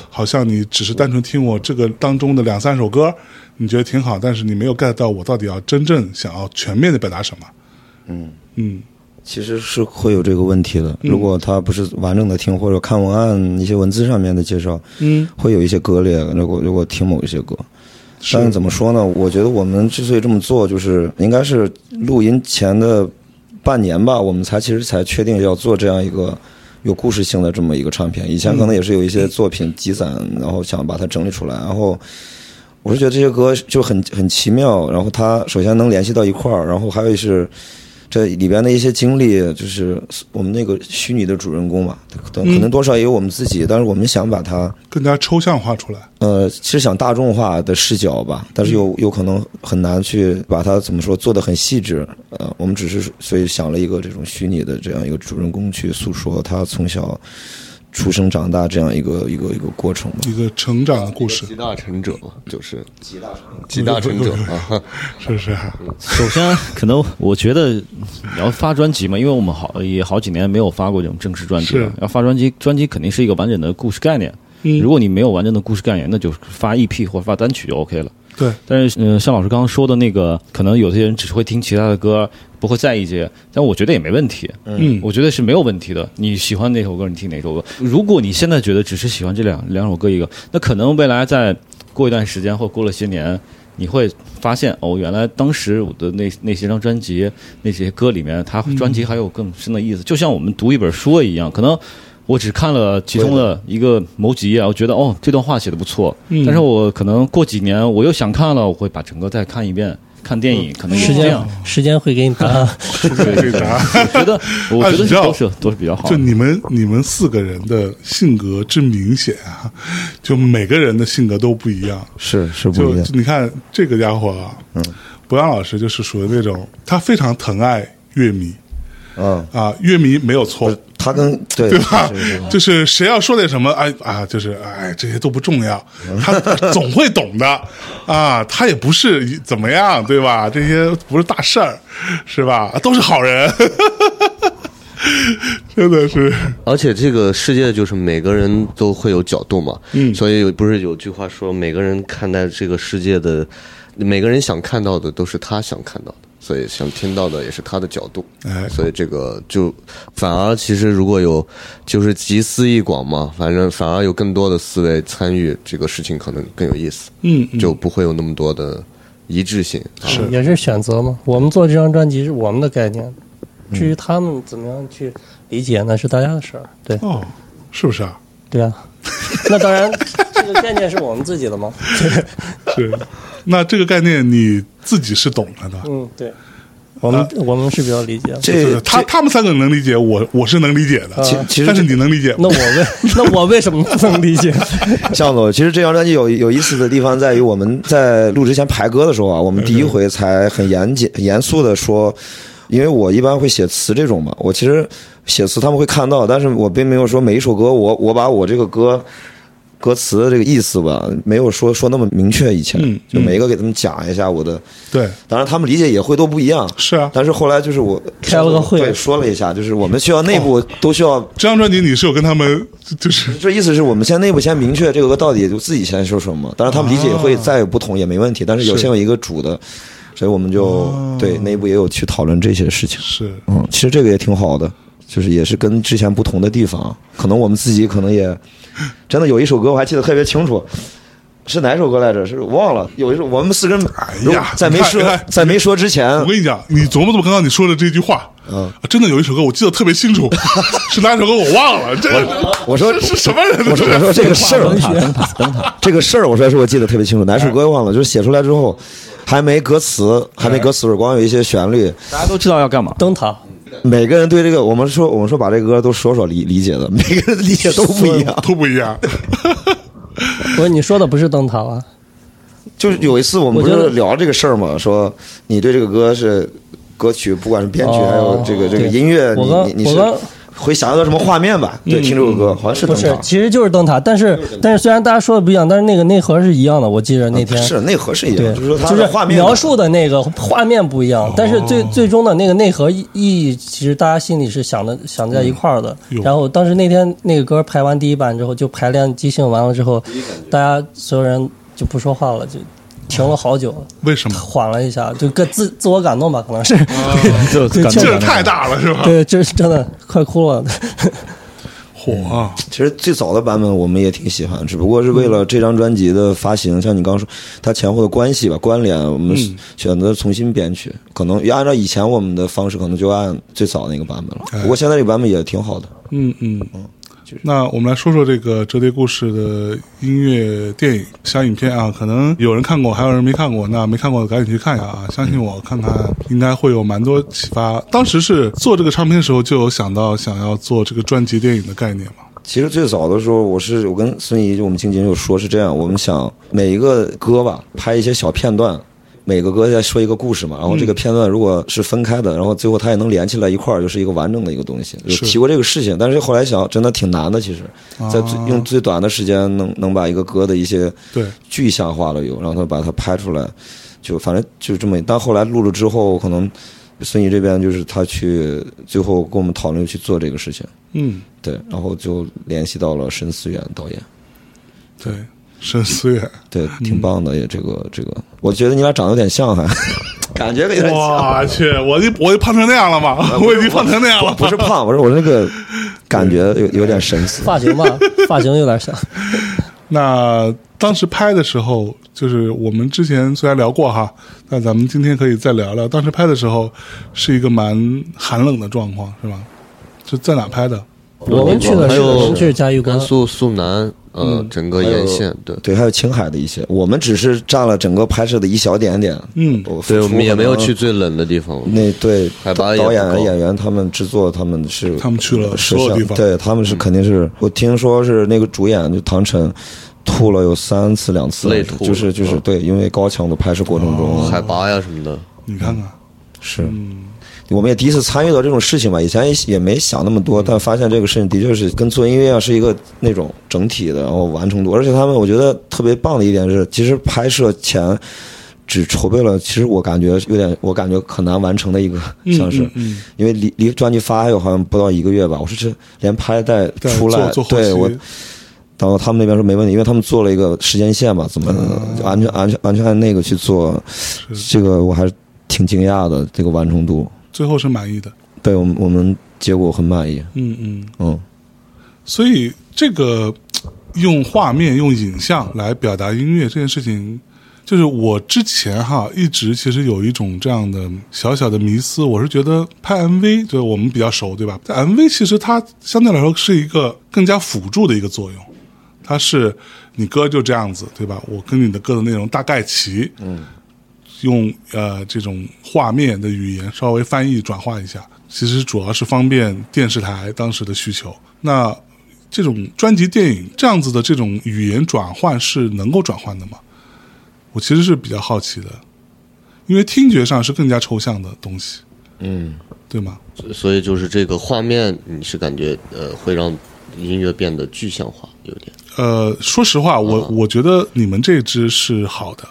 A: 好像你只是单纯听我这个当中的两三首歌，你觉得挺好，但是你没有 get 到我到底要真正想要全面的表达什么？嗯
B: 其实是会有这个问题的，如果他不是完整的听或者看文案一些文字上面的介绍，
A: 嗯
B: 会有一些割裂。如果如果听某一些歌，但是怎么说呢？我觉得我们之所以这么做，就是应该是录音前的半年吧，我们才其实才确定要做这样一个有故事性的这么一个唱片。以前可能也是有一些作品积攒，然后想把它整理出来。然后我是觉得这些歌就很很奇妙，然后它首先能联系到一块儿，然后还有是。这里边的一些经历，就是我们那个虚拟的主人公嘛，可能可
A: 嗯
B: 能多少也有我们自己，但是我们想把它
A: 更加抽象化出来。
B: 呃，其实想大众化的视角吧，但是又
A: 嗯
B: 又可能很难去把它怎么说做的很细致。呃，我们只是所以想了一个这种虚拟的这样一个主人公去诉说他从小出生长大这样一个一个一个过程吧。
A: 一个成长的故事，
D: 集大成者嘛，就是集大成集大成者啊，
A: 是不是？
E: 首先，可能我觉得你要发专辑嘛，因为我们好也好几年没有发过这种正式专辑了
A: 是。
E: 要发专辑，专辑肯定是一个完整的故事概念。
A: 嗯
E: 如果你没有完整的故事概念，那就发 EP 或者发单曲就 OK 了。
A: 对，
E: 但是，嗯、像老师刚刚说的那个，可能有些人只是会听其他的歌，不会在意这些，但我觉得也没问题。
A: 嗯
E: 我觉得是没有问题的。你喜欢哪首歌，你听哪首歌。如果你现在觉得只是喜欢这两两首歌一个，那可能未来在过一段时间或过了些年，你会发现哦，原来当时我的那那些张专辑那些歌里面，它专辑还有更深的意思。就像我们读一本书一样，可能。我只看了其中的一个某几页，我觉得哦，这段话写的不错。
C: 嗯
E: 但是我可能过几年我又想看了，我会把整个再看一遍。看电影可能
C: 嗯
E: 也
C: 时
E: 是这
C: 间
E: 样，
C: 时间会给你答案。
A: 这个答案。
E: 我觉得我
A: 哎
E: 觉得
A: 你知道
E: 都是都是比较 好
A: 就
E: 的。
A: 你们你们四个人的性格之明显啊，就每个人的性格都不一样。
B: 是是
A: 就就你看这个家伙啊，嗯，博洋老师就是属于那种他非常疼爱乐迷
B: 嗯，
A: 啊，乐迷没有错，
B: 他跟对
A: 对吧
B: 是是？
A: 啊就是谁要说点什么，哎啊，就是哎，这些都不重要， 他总会懂的啊，他也不是一怎么样，对吧？这些不是大事儿，是吧？都是好人， 真的是，
D: 而且这个世界就是每个人都会有角度嘛，
A: 嗯
D: 所以有不是有句话说，每个人看待这个世界的，每个人想看到的都是他想看到的，所以想听到的也是他的角度，
A: 哎，
D: 所以这个就反而其实如果有就是集思益广嘛，反正反而有更多的思维参与这个事情，可能更有意思，
A: 嗯，嗯
D: 就不会有那么多的一致性。啊
A: 是
C: 也是选择嘛。我们做这张专辑是我们的概念，至于他们怎么样去理解，那是大家的事儿。对
A: 哦，是不是啊？
C: 对啊，那当然， 这个概念是我们自己的嘛。
A: 是，那这个概念你自己是懂了的。
C: 嗯，对，我们、我们是比较理解的。
A: 就是他他们三个能理解，我我是能理解的，
B: 啊其其实
A: 但是你能理解吗
C: 那我为那我为什么不能理解？
B: 向总，其实这张专辑有有意思的地方在于，我们在录之前排歌的时候啊，我们
C: 嗯
B: 第一回才很严谨、很严肃的说，因为我一般会写词这种嘛，我其实写词他们会看到，但是我并没有说每一首歌我我把我这个歌。歌词的这个意思吧，没有说说那么明确。以前、
A: 嗯
B: 就每一个给他们讲一下我的，
A: 对，
B: 当然他们理解也会都不一样。
A: 是啊。
B: 但是后来就是我
C: 开了个会哦
B: 对，说了一下，就是我们需要内部都需要
A: 这张专辑你是有跟他们就是
B: 这意思是我们先内部先明确这个歌到底就自己先说什么，当然他们理解会再有不同也没问题，但是有先有一个主的，所以我们就
A: 哦
B: 对内部也有去讨论这些事情。
A: 是
B: 嗯，其实这个也挺好的，就是也是跟之前不同的地方，可能我们自己可能也真的有一首歌我还记得特别清楚。是哪首歌来着？是忘了。有一首我们四个人，
A: 哎呀
B: 如果在没说
A: 你看你看
B: 在没说之前，
A: 我跟你讲，你琢磨琢磨刚刚你说的这句话，
B: 嗯
A: 啊，真的有一首歌我记得特别清 楚，是哪首歌我忘了。这
B: 我说
A: 这是什么人？
B: 我说我说这个 事儿，这个事儿，我说是我记得特别清楚，哪首歌忘了，就是写出来之后还没歌词，还没歌词，光有一些旋律。
E: 大家都知道要干嘛。
C: 灯塔，
B: 每个人对这个，我们说我们说把这个歌都说说理理解的，每个人理解都不一样。
A: 都不一 样。
C: 不是你说的不是灯塔啊？
B: 就是有一次我们不
C: 我觉
B: 是
C: 得
B: 聊这个事儿嘛，说你对这个歌是歌曲，不管是编曲
C: 哦
B: 还有这个这个
C: 对
B: 音乐，
C: 我
B: 你
C: 刚
B: 你你
C: 我
B: 是
C: 刚嗯
B: 会想到什么画面吧？对，听这首歌好像是
C: 不
B: 灯
C: 是
B: 塔，，
C: 其实就是灯塔，但是但是虽然大家说的不一样，但是那个内核是一样的。我记着那天、
B: 啊是内核是一
C: 对，
B: 样，就是说它
C: 就是
B: 的画面哦
C: 描述的那个画面不一样，但是最最终的那个内核意意义，其实大家心里是想的想在一块儿的
A: 哟。
C: 然后当时那天那个歌排完第一版之后，就排练即兴完了之后，大家所有人就不说话了，就停了好久了。
A: 为什么？
C: 缓了一下，就个 自自我感动吧，可能是，
E: 就感
A: 劲
E: 动
A: 儿太大了是吧？
C: 对， 这是真的快哭了。
A: 火啊！
B: 其实最早的版本我们也挺喜欢，只不过是为了这张专辑的发行，像你刚刚说它前后的关系吧、关联，我们选择重新编曲。可能按照以前我们的方式，可能就按最早那个版本了。不过现在这个版本也挺好的。
A: 嗯嗯嗯。那我们来说说这个《折叠故事》的音乐电影小影片啊，可能有人看过，还有人没看过。那没看过的赶紧去看一下啊！相信我，看看应该会有蛮多启发。当时是做这个唱片的时候，就有想到想要做这个专辑电影的概念嘛？
B: 其实最早的时候，我是我跟孙怡，就我们经纪人就说是这样，我们想每一个歌吧，拍一些小片段。每个歌再说一个故事嘛，然后这个片段如果是分开的，然后最后它也能连起来一块儿，就是一个完整的一个东西。有
A: 是
B: 提过这个事情，但是后来想，真的挺难的。其实，在最
A: 啊
B: 用最短的时间能能把一个歌的一些
A: 对，
B: 具象化了有，然后他把它拍出来，就反正就这么。但后来录了之后，可能呃孙怡这边就是他去最后跟我们讨论去做这个事情，
A: 嗯，
B: 对，然后就联系到了申思远导演，
A: 对，深思远，
B: 对，挺棒的，也这个这个，我觉得你俩长得有点像，还感觉有点像，
A: 我去，我就我就胖成那样了吗？ 我已经胖成那样了，
B: 不是胖，我说我那个感觉有有点神似。
C: 发型吧，发型有点像，
A: 那当时拍的时候，就是我们之前虽然聊过哈，但咱们今天可以再聊聊。当时拍的时候是一个蛮寒冷的状况，是吧？是在哪拍的？
C: 我们去的
D: 还
C: 是
D: 有
C: 我们去的嘉峪关
D: 甘，肃、肃南，呃，整个沿线，对，
B: 对，还有青海的一些，我们只是占了整个拍摄的一小点点。
A: 嗯
B: 我付
D: 对我
B: 出
D: 们也
B: 可
D: 没有
B: 能
D: 去最冷的地方，
B: 那对
D: 海拔也
B: 导
D: 不
B: 演、
D: 高
B: 演员他们制作他们是
A: 他们去了
B: 是
A: 所有
B: 像
A: 地方
B: 对他们
D: 嗯
B: 是肯定是我听说是那个主演就唐晨吐了有三次两次
D: 累吐了
B: 就是就是
D: 嗯哦
B: 对，因为高强度拍摄过程中
D: 海拔呀什么的，
A: 你看看，
B: 是。
A: 嗯
B: 我们也第一次参与到这种事情吧，以前也也没想那么多，
D: 嗯
B: 但发现这个事情的确是跟做音乐啊是一个那种整体的，然后完成度。而且他们我觉得特别棒的一点是，其实拍摄前只筹备了，其实我感觉有点，我感觉很难完成的一个像是，
A: 嗯
B: 因为离离专辑发还有好像不到一个月吧。我说这连拍带
A: 对
B: 出来，
A: 做做后
B: 对
A: 期
B: 我，然后他们那边说没问题，因为他们做了一个时间线嘛，怎么
A: 啊
B: 就完全完全完全按那个去做，
A: 是
B: 这个我还是挺惊讶的，这个完成度，
A: 最后是满意的，
B: 对我们我们结果很满意，
A: 嗯嗯，
B: 嗯。
A: 所以这个用画面、用影像来表达音乐这件事情，就是我之前哈一直其实有一种这样的小小的迷思，我是觉得拍 MV 就是我们比较熟对吧？但 MV 其实它相对来说是一个更加辅助的一个作用，它是你歌就这样子对吧？我跟你的歌的内容大概齐，嗯。用呃这种画面的语言稍微翻译转化一下，其实主要是方便电视台当时的需求。那这种专辑电影这样子的这种语言转换是能够转换的吗？我其实是比较好奇的，因为听觉上是更加抽象的东西，
D: 嗯，
A: 对吗？
D: 所以就是这个画面，你是感觉呃会让音乐变得具象化，有点。
A: 呃，说实话，我、
D: 啊
A: 我觉得你们这支是好的，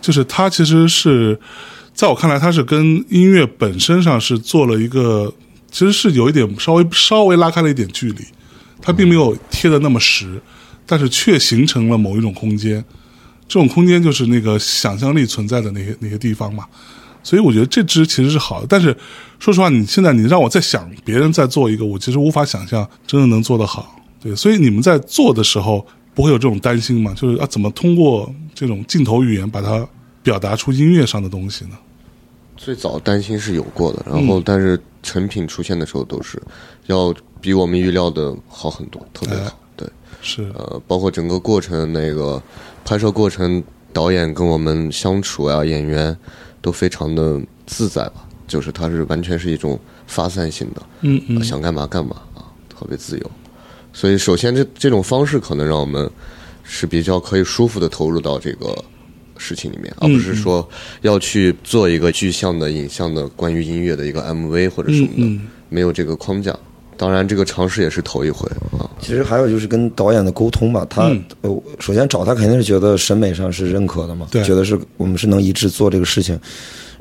A: 就是它其实是在我看来，它是跟音乐本身上是做了一个，其实是有一点稍微稍微拉开了一点距离，它并没有贴的那么实，但是却形成了某一种空间，这种空间就是那个想象力存在的那些那些地方嘛。所以我觉得这支其实是好的，但是说实话，你现在你让我再想别人再做一个，我其实无法想象真的能做得好。对，所以你们在做的时候不会有这种担心吗？就是啊，怎么通过这种镜头语言把它表达出音乐上的东西呢？
D: 最早担心是有过的，然后但是成品出现的时候都是要比我们预料的好很多，特别
A: 哎
D: 好。对，
A: 是，
D: 呃，包括整个过程那个拍摄过程，导演跟我们相处啊，演员都非常的自在吧，就是他是完全是一种发散性的，
A: 嗯嗯
D: 呃想干嘛干嘛啊，特别自由。所以，首先这这种方式可能让我们是比较可以舒服的投入到这个事情里面，而不
B: 嗯
D: 是说要去做一个具象的影像的关于音乐的一个 MV 或者什么的，
A: 嗯嗯
D: 没有这个框架。当然，这个尝试也是头一回啊。
B: 其实还有就是跟导演的沟通吧，他、
A: 嗯
B: 呃，首先找他肯定是觉得审美上是认可的嘛，
A: 对
B: 觉得是我们是能一致做这个事情，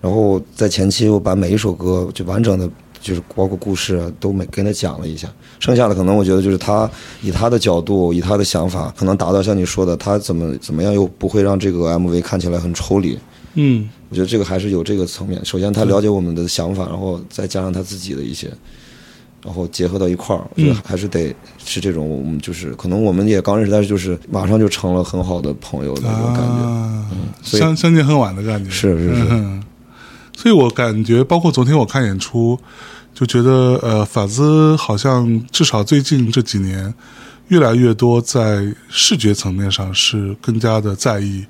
B: 然后在前期我把每一首歌就完整的。就是包括故事啊都没跟他讲了一下，剩下的可能我觉得就是他以他的角度，以他的想法，可能达到像你说的，他怎么怎么样又不会让这个 MV 看起来很抽离。
A: 嗯，
B: 我觉得这个还是有这个层面。首先他了解我们的想法，然后再加上他自己的一些，然后结合到一块儿，我觉得还是得是这种，我们就是可能我们也刚认识，但是就是马上就成了很好的朋友的那种感觉。嗯
A: 啊，
B: 所以
A: 相相见恨晚的感觉，
B: 是是是
A: 嗯，所以我感觉，包括昨天我看演出，就觉得呃，法兹好像至少最近这几年，越来越多在视觉层面上是更加的在意，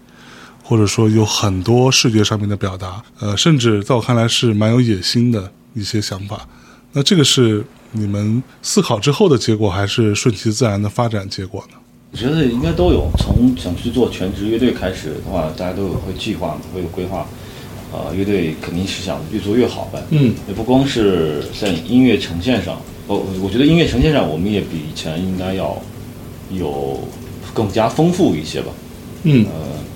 A: 或者说有很多视觉上面的表达，呃，甚至在我看来是蛮有野心的一些想法。那这个是你们思考之后的结果，还是顺其自然的发展结果呢？
F: 我觉得应该都有。从想去做全职乐队开始的话，大家都有会计划，会有规划。呃，乐队肯定是想越做越好呗。
A: 嗯，
F: 也不光是在音乐呈现上，我我我觉得音乐呈现上，我们也比以前应该要有更加丰富一些吧。
A: 嗯
F: 呃，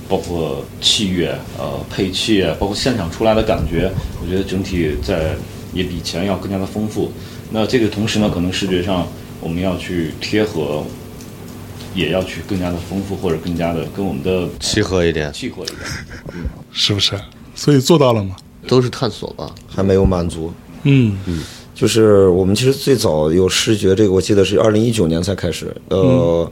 F: 包括器乐、呃配器，包括现场出来的感觉，我觉得整体在也比以前要更加的丰富。那这个同时呢，可能视觉上我们要去贴合，也要去更加的丰富，或者更加的跟我们的
D: 契合一点，
F: 契合一点。
A: 是不是？所以做到了吗？
D: 都是探索吧。
B: 还没有满足，
A: 嗯
B: 就是我们其实最早有视觉这个，我记得是二零一九年才开始，
A: 嗯
B: 呃，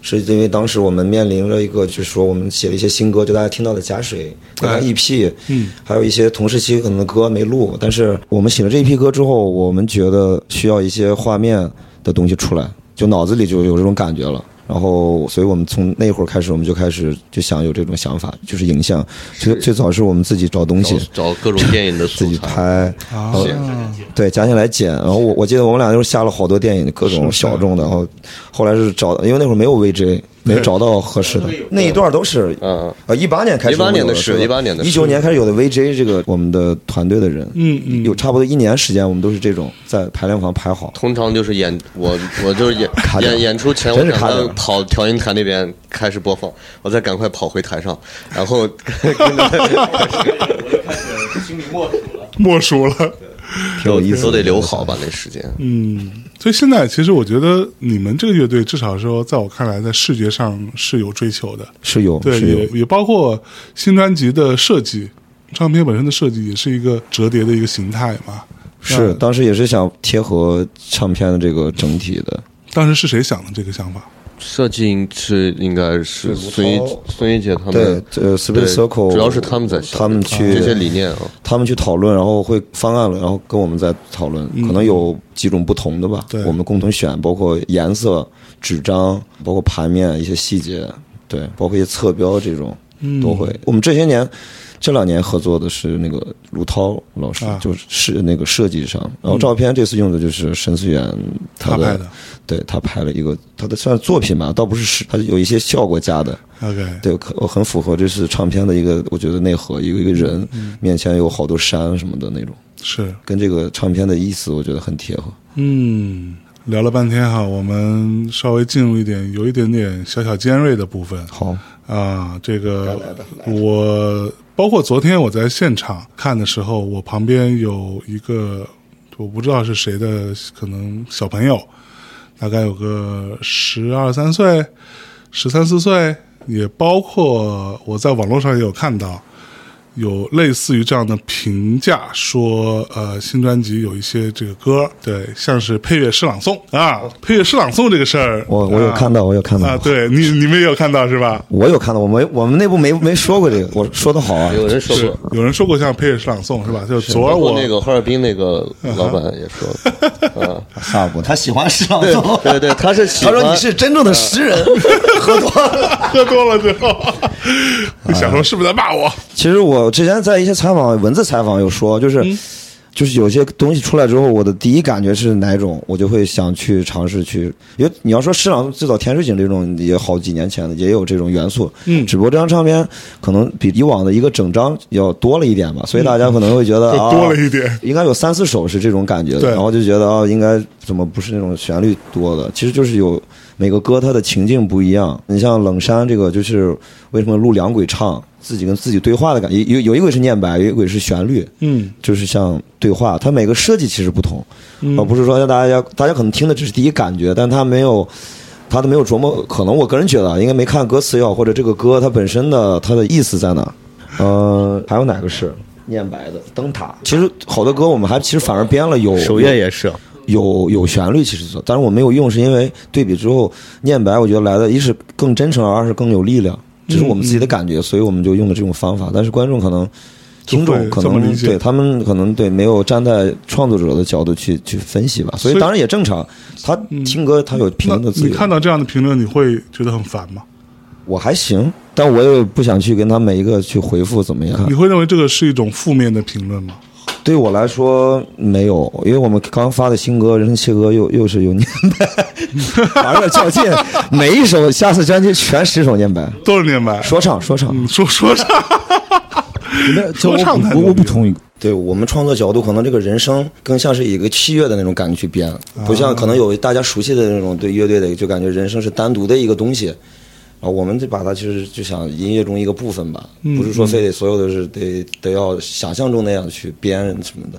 B: 是因为当时我们面临着一个，就是说我们写了一些新歌，就大家听到的《假水》、大家
A: 哎
B: EP，
A: 嗯，
B: 还有一些同时期可能的歌没录，但是我们写了这一批歌之后，我们觉得需要一些画面的东西出来，就脑子里就有这种感觉了。然后，所以我们从那会儿开始，我们就开始就想有这种想法，就是影像。最最早是我们自己找东西，
D: 找各种电影的
B: 自
D: 素
B: 己
D: 材，
B: 拍，
A: 啊，
B: 哦对，夹起来剪。然后我我记得我们俩那时候下了好多电影，各种小众的。然后后来是找，因为那会儿没有 VJ，没找到合适的那一段都是，
D: 嗯
B: 呃，一八年开始
D: 18
B: 我
D: 年的
B: 有
D: 是18年的
B: 一
D: 是
B: 九年开始有的 VJ 这个我们的团队的人，
A: 嗯嗯
B: 有差不多一年时间，我们都是这种在排练房排好，
D: 通常就是演我，我就是演
B: 卡点
D: 演演出前，我
B: 真是
D: 赶
B: 卡
D: 快
B: 点
D: 跑调音台那边开始播放，我再赶快跑回台上，然后跟着
F: 我就开始心里默数了。
A: 莫属了。
B: 挺有意思的，
D: 都得留好吧那时间。
A: 嗯， 所以现在其实我觉得你们这个乐队，至少说在我看来，在视觉上是有追求的。
B: 是有
A: 对，
B: 嗯是
A: 也
B: 有，
A: 也包括新专辑的设计，唱片本身的设计也是一个折叠的一个形态嘛。嗯
B: 是当时也是想贴合唱片的这个整体的，
A: 当时是谁想的这个想法？
D: 设计是应该是孙一
B: 吴涛
D: 孙一姐他
B: 对
D: 们，
B: 呃，Split
D: 对
B: Circle
D: 主要是他们在想
B: 他们去
D: 这些理念啊，
B: 他们去讨论，然后会方案了，然后跟我们再讨论，可能有几种不同的吧。
A: 嗯对
B: 我们共同选，包括颜色、纸张，包括盘面一些细节，对，包括一些侧标这种，
A: 嗯
B: 嗯都会。我们这些年。这两年合作的是那个卢涛老师，
A: 啊嗯
B: 就是是那个设计上，然后照片这次用的就是沈思远
A: 他
B: 的，
A: 拍的。
B: 对他拍了一个他的算是作品吧，倒不是是，他有一些效果加的，
A: OK，
B: 对，可呃很符合这是唱片的一个，我觉得内核，一个一个人、面前有好多山什么的那种，
A: 是，
B: 跟这个唱片的意思我觉得很贴合。
A: 嗯，聊了半天哈，我们稍微进入一点有一点点小小尖锐的部分
B: 好，
A: 啊。这个我包括昨天我在现场看的时候，我旁边有一个我不知道是谁的，可能小朋友，大概有个十二三岁、十三四岁，也包括我在网络上也有看到。有类似于这样的评价，说呃新专辑有一些这个歌，对，像是配乐诗朗诵啊，配乐诗朗诵这个事儿，
B: 我我有
A: 啊
B: 看到，我有看到，
A: 啊，对你你们也有看到是吧？
B: 我有看到，我没我们内部没没说过这个，我说的好啊，
D: 有人说
A: 是
D: 过。
A: 有人说过像配乐诗朗诵是吧？就昨
D: 包
A: 儿
D: 括
A: 我
D: 那个哈尔滨那个老板也说，啊，
B: 萨博他喜欢诗朗
D: 对对对，他是喜
B: 他
D: 欢，
B: 说你是真正的诗人，喝多了。
A: 喝多了之后， 就想说是不是在骂我？
B: 其实我之前在一些采访、文字采访有说，就是、
A: 嗯
B: 就是有些东西出来之后，我的第一感觉是哪种，我就会想去尝试去。因为你要说市场最早甜水井这种也好几年前的，也有这种元素，
A: 嗯
B: 只不过这张唱片可能比以往的一个整张要多了一点吧，所以大家可能会觉得、
A: 就
B: 啊，
A: 嗯多了一点
B: 应该有三四首是这种感觉
A: 对
B: 的，然后就觉得啊，应该怎么不是那种旋律多的？其实就是有每个歌它的情境不一样。你像冷山这个，就是为什么录两轨唱，自己跟自己对话的感觉，有有一轨是念白，有一轨是旋律，
A: 嗯
B: 就是像对话，它每个设计其实不同，而不是说让大家大家可能听的只是第一感觉，但它没有。他都没有琢磨，可能我个人觉得啊应该没看歌词也好，或者这个歌它本身的它的意思在哪。呃，还有哪个是念白的灯塔？其实好多歌我们还其实反而编了有
D: 首页也是，
B: 有有旋律，其实做，但是我没有用，是因为对比之后念白，我觉得来的一是更真诚，二是更有力量，这是我们自己的感觉，所以我们就用了这种方法。但是观众可能。
A: 就
B: 听
A: 会
B: 众可
A: 这么
B: 能
A: 理解
B: 对他们可能对没有站在创作者的角度去去分析吧，所
A: 所以
B: 以当然也正常。他听歌他有评
A: 那
B: 论的自由。
A: 你看到这样的评论，你会觉得很烦吗？
B: 我还行，但我也不想去跟他每一个去回复怎么样
A: 你。会认为这个是一种负面的评论吗？
B: 对我来说没有，因为我们刚发的新歌《人生切割》又又是有念 白，反正较劲，每一首下次专辑全十首念白，
A: 都是念白，
B: 说唱说唱。
A: 嗯说说啥？
E: 那就
A: 说唱太
E: 我
A: 牛
E: 不我
A: 逼
E: 不
A: 了
E: 同意，
B: 对我们创作角度，可能这个人声更像是一个器乐的那种感觉去
C: 啊
B: 编，不像可能有大家熟悉的那种对乐队的，就感觉人声是单独的一个东西。然后我们就把它其实就想音乐中一个部分吧，
C: 嗯
B: 不是说非得所有的是得得要想象中那样去编什么的。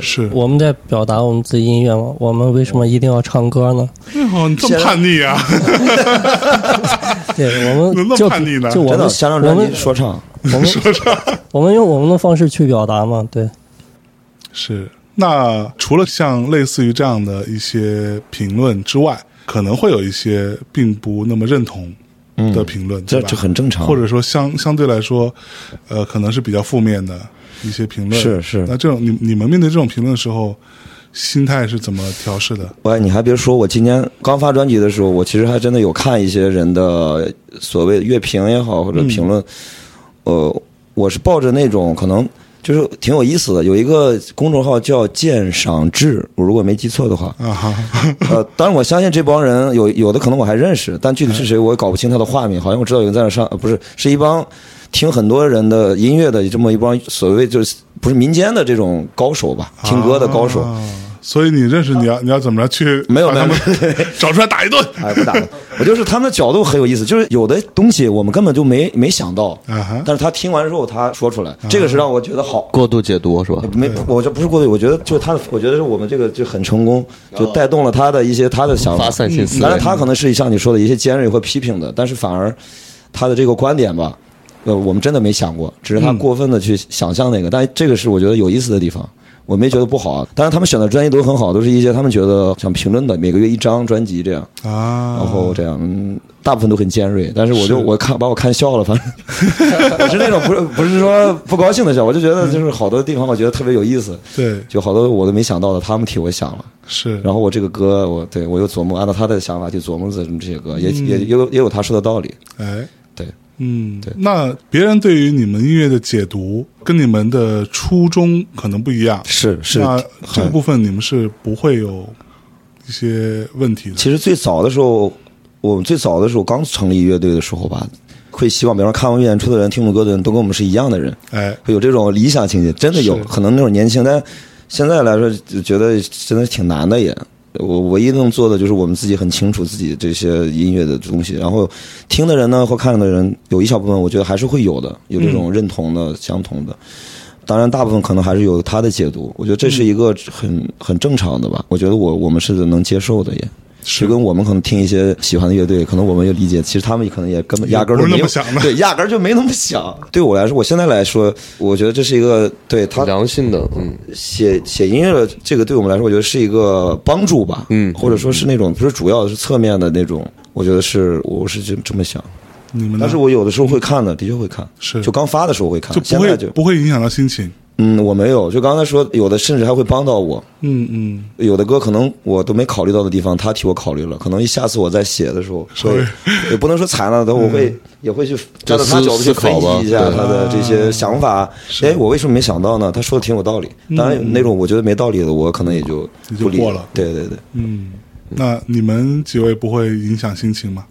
A: 是，
C: 我们在表达我们自己音乐嘛，我们为什么一定要唱歌呢？
A: 哎呦，你这么叛逆啊？
C: 对，我
A: 怎么
C: 们
A: 那么
C: 就
A: 叛逆呢
C: 就我
B: 真的
C: 们
B: 下张
C: 我
B: 专
C: 们
B: 辑说唱，
C: 我们我们用我们的方式去表达嘛，对。
A: 是。那除了像类似于这样的一些评论之外，可能会有一些并不那么认同的评论，
B: 嗯这
A: 对吧
B: 这很正常
A: 或者说相相对来说，呃，可能是比较负面的一些评论。
B: 是是
A: 那这种你你们面对这种评论的时候，心态是怎么调试的？
B: 喂，你还别说，我今年刚发专辑的时候，我其实还真的有看一些人的所谓乐评也好，或者评论，呃，我是抱着那种可能就是挺有意思的。有一个公众号叫“鉴赏志”，我如果没记错的话，
A: 啊哈，
B: 呃，当然我相信这帮人有有的可能我还认识，但具体是谁我也搞不清他的化名。好像我知道有人在那上，呃不是是一帮听很多人的音乐的这么一帮所谓就是不是民间的这种高手吧，听歌的高手。
A: 啊所以你认识你要你要怎么着去
B: 没有
A: 把
B: 没有
A: 他们 找出来打一 顿
B: 哎，不打了。我就是他们的角度很有意思，就是有的东西我们根本就没没想到，
A: 啊哈
B: 但是他听完之后他说出来，这个是让我觉得好。
D: 过度解读是吧？
B: 没，我这不是过度，我觉得就是他的，我觉得是我们这个就很成功，就带动了他的一些他的想法，嗯
D: 发散性思维
B: 当然，他可能是像你说的一些尖锐和批评的，但是反而他的这个观点吧，呃，我们真的没想过，只是他过分的去想象那个，但这个是我觉得有意思的地方。我没觉得不好啊，当然他们选的专辑都很好，都是一些他们觉得想评论的，每个月一张专辑这样。
A: 啊
B: 然后这样，嗯，大部分都很尖锐，但是我就我看把我看笑了，反正 我是那种不是不是说不高兴的笑，我就觉得就是好多地方我觉得特别有意思，
A: 对
B: 就好多我都没想到的，他们替我想了。
A: 是
B: 然后我这个歌，我对我又琢磨，按照他的想法去琢磨这这些歌，也也也有也有他说的道理，
A: 哎
B: 对。
A: 嗯，那别人对于你们音乐的解读跟你们的初衷可能不一样，
B: 是是
A: 那
B: 很
A: 这个部分你们是不会有一些问题的。
B: 其实最早的时候，我们最早的时候刚成立乐队的时候吧，会希望，比方说看完演出的人、听我们歌的人都跟我们是一样的人，
A: 哎，
B: 会有这种理想情节，真的有
A: 是，
B: 可能那会儿年轻，但现在来说就觉得真的挺难的也。我唯一能做的就是我们自己很清楚自己这些音乐的东西，然后听的人呢或看的人有一小部分，我觉得还是会有的，有这
A: 嗯
B: 种认同的、相同的。当然，大部分可能还是有他的解读，我觉得这是
A: 嗯
B: 一个很很正常的吧。我觉得我我们是能接受的也。
A: 是
B: 就跟我们可能听一些喜欢的乐队，可能我们也理解，其实他们可能也根本压根儿
A: 也
B: 就
A: 不是那
B: 没有
A: 么想的
B: 对，压根儿就没那么想。对我来说，我现在来说，我觉得这是一个对他
D: 良性的，嗯，
B: 写写音乐的这个对我们来说，我觉得是一个帮助吧，
D: 嗯
B: 或者说是那种不是主要的是侧面的那种，我觉得是我是这这么想。
A: 你们呢
B: 但是我有的时候会看的，的确会看，
A: 是
B: 就刚发的时候会看
A: 就，
B: 现
A: 不
B: 在
A: 会
B: 就
A: 不会影响到心情。
B: 嗯，我没有，就刚才说有的甚至还会帮到我，
A: 嗯嗯，
B: 有的歌可能我都没考虑到的地方，他替我考虑了。可能下次我在写的时候，
A: 稍微
B: 会也不能说裁了，但我会、
A: 嗯
B: 也会去站在他角度去分析一
D: 就
B: 下
D: 思思考吧对
B: 他的这
A: 嗯
B: 些想法。哎，我为什么没想到呢？他说的挺有道理。当然，有那种我觉得没道理的，我可能也就
A: 你嗯就
B: 不理
A: 过了
B: 对对对，
A: 那你们几位不会影响心情吗？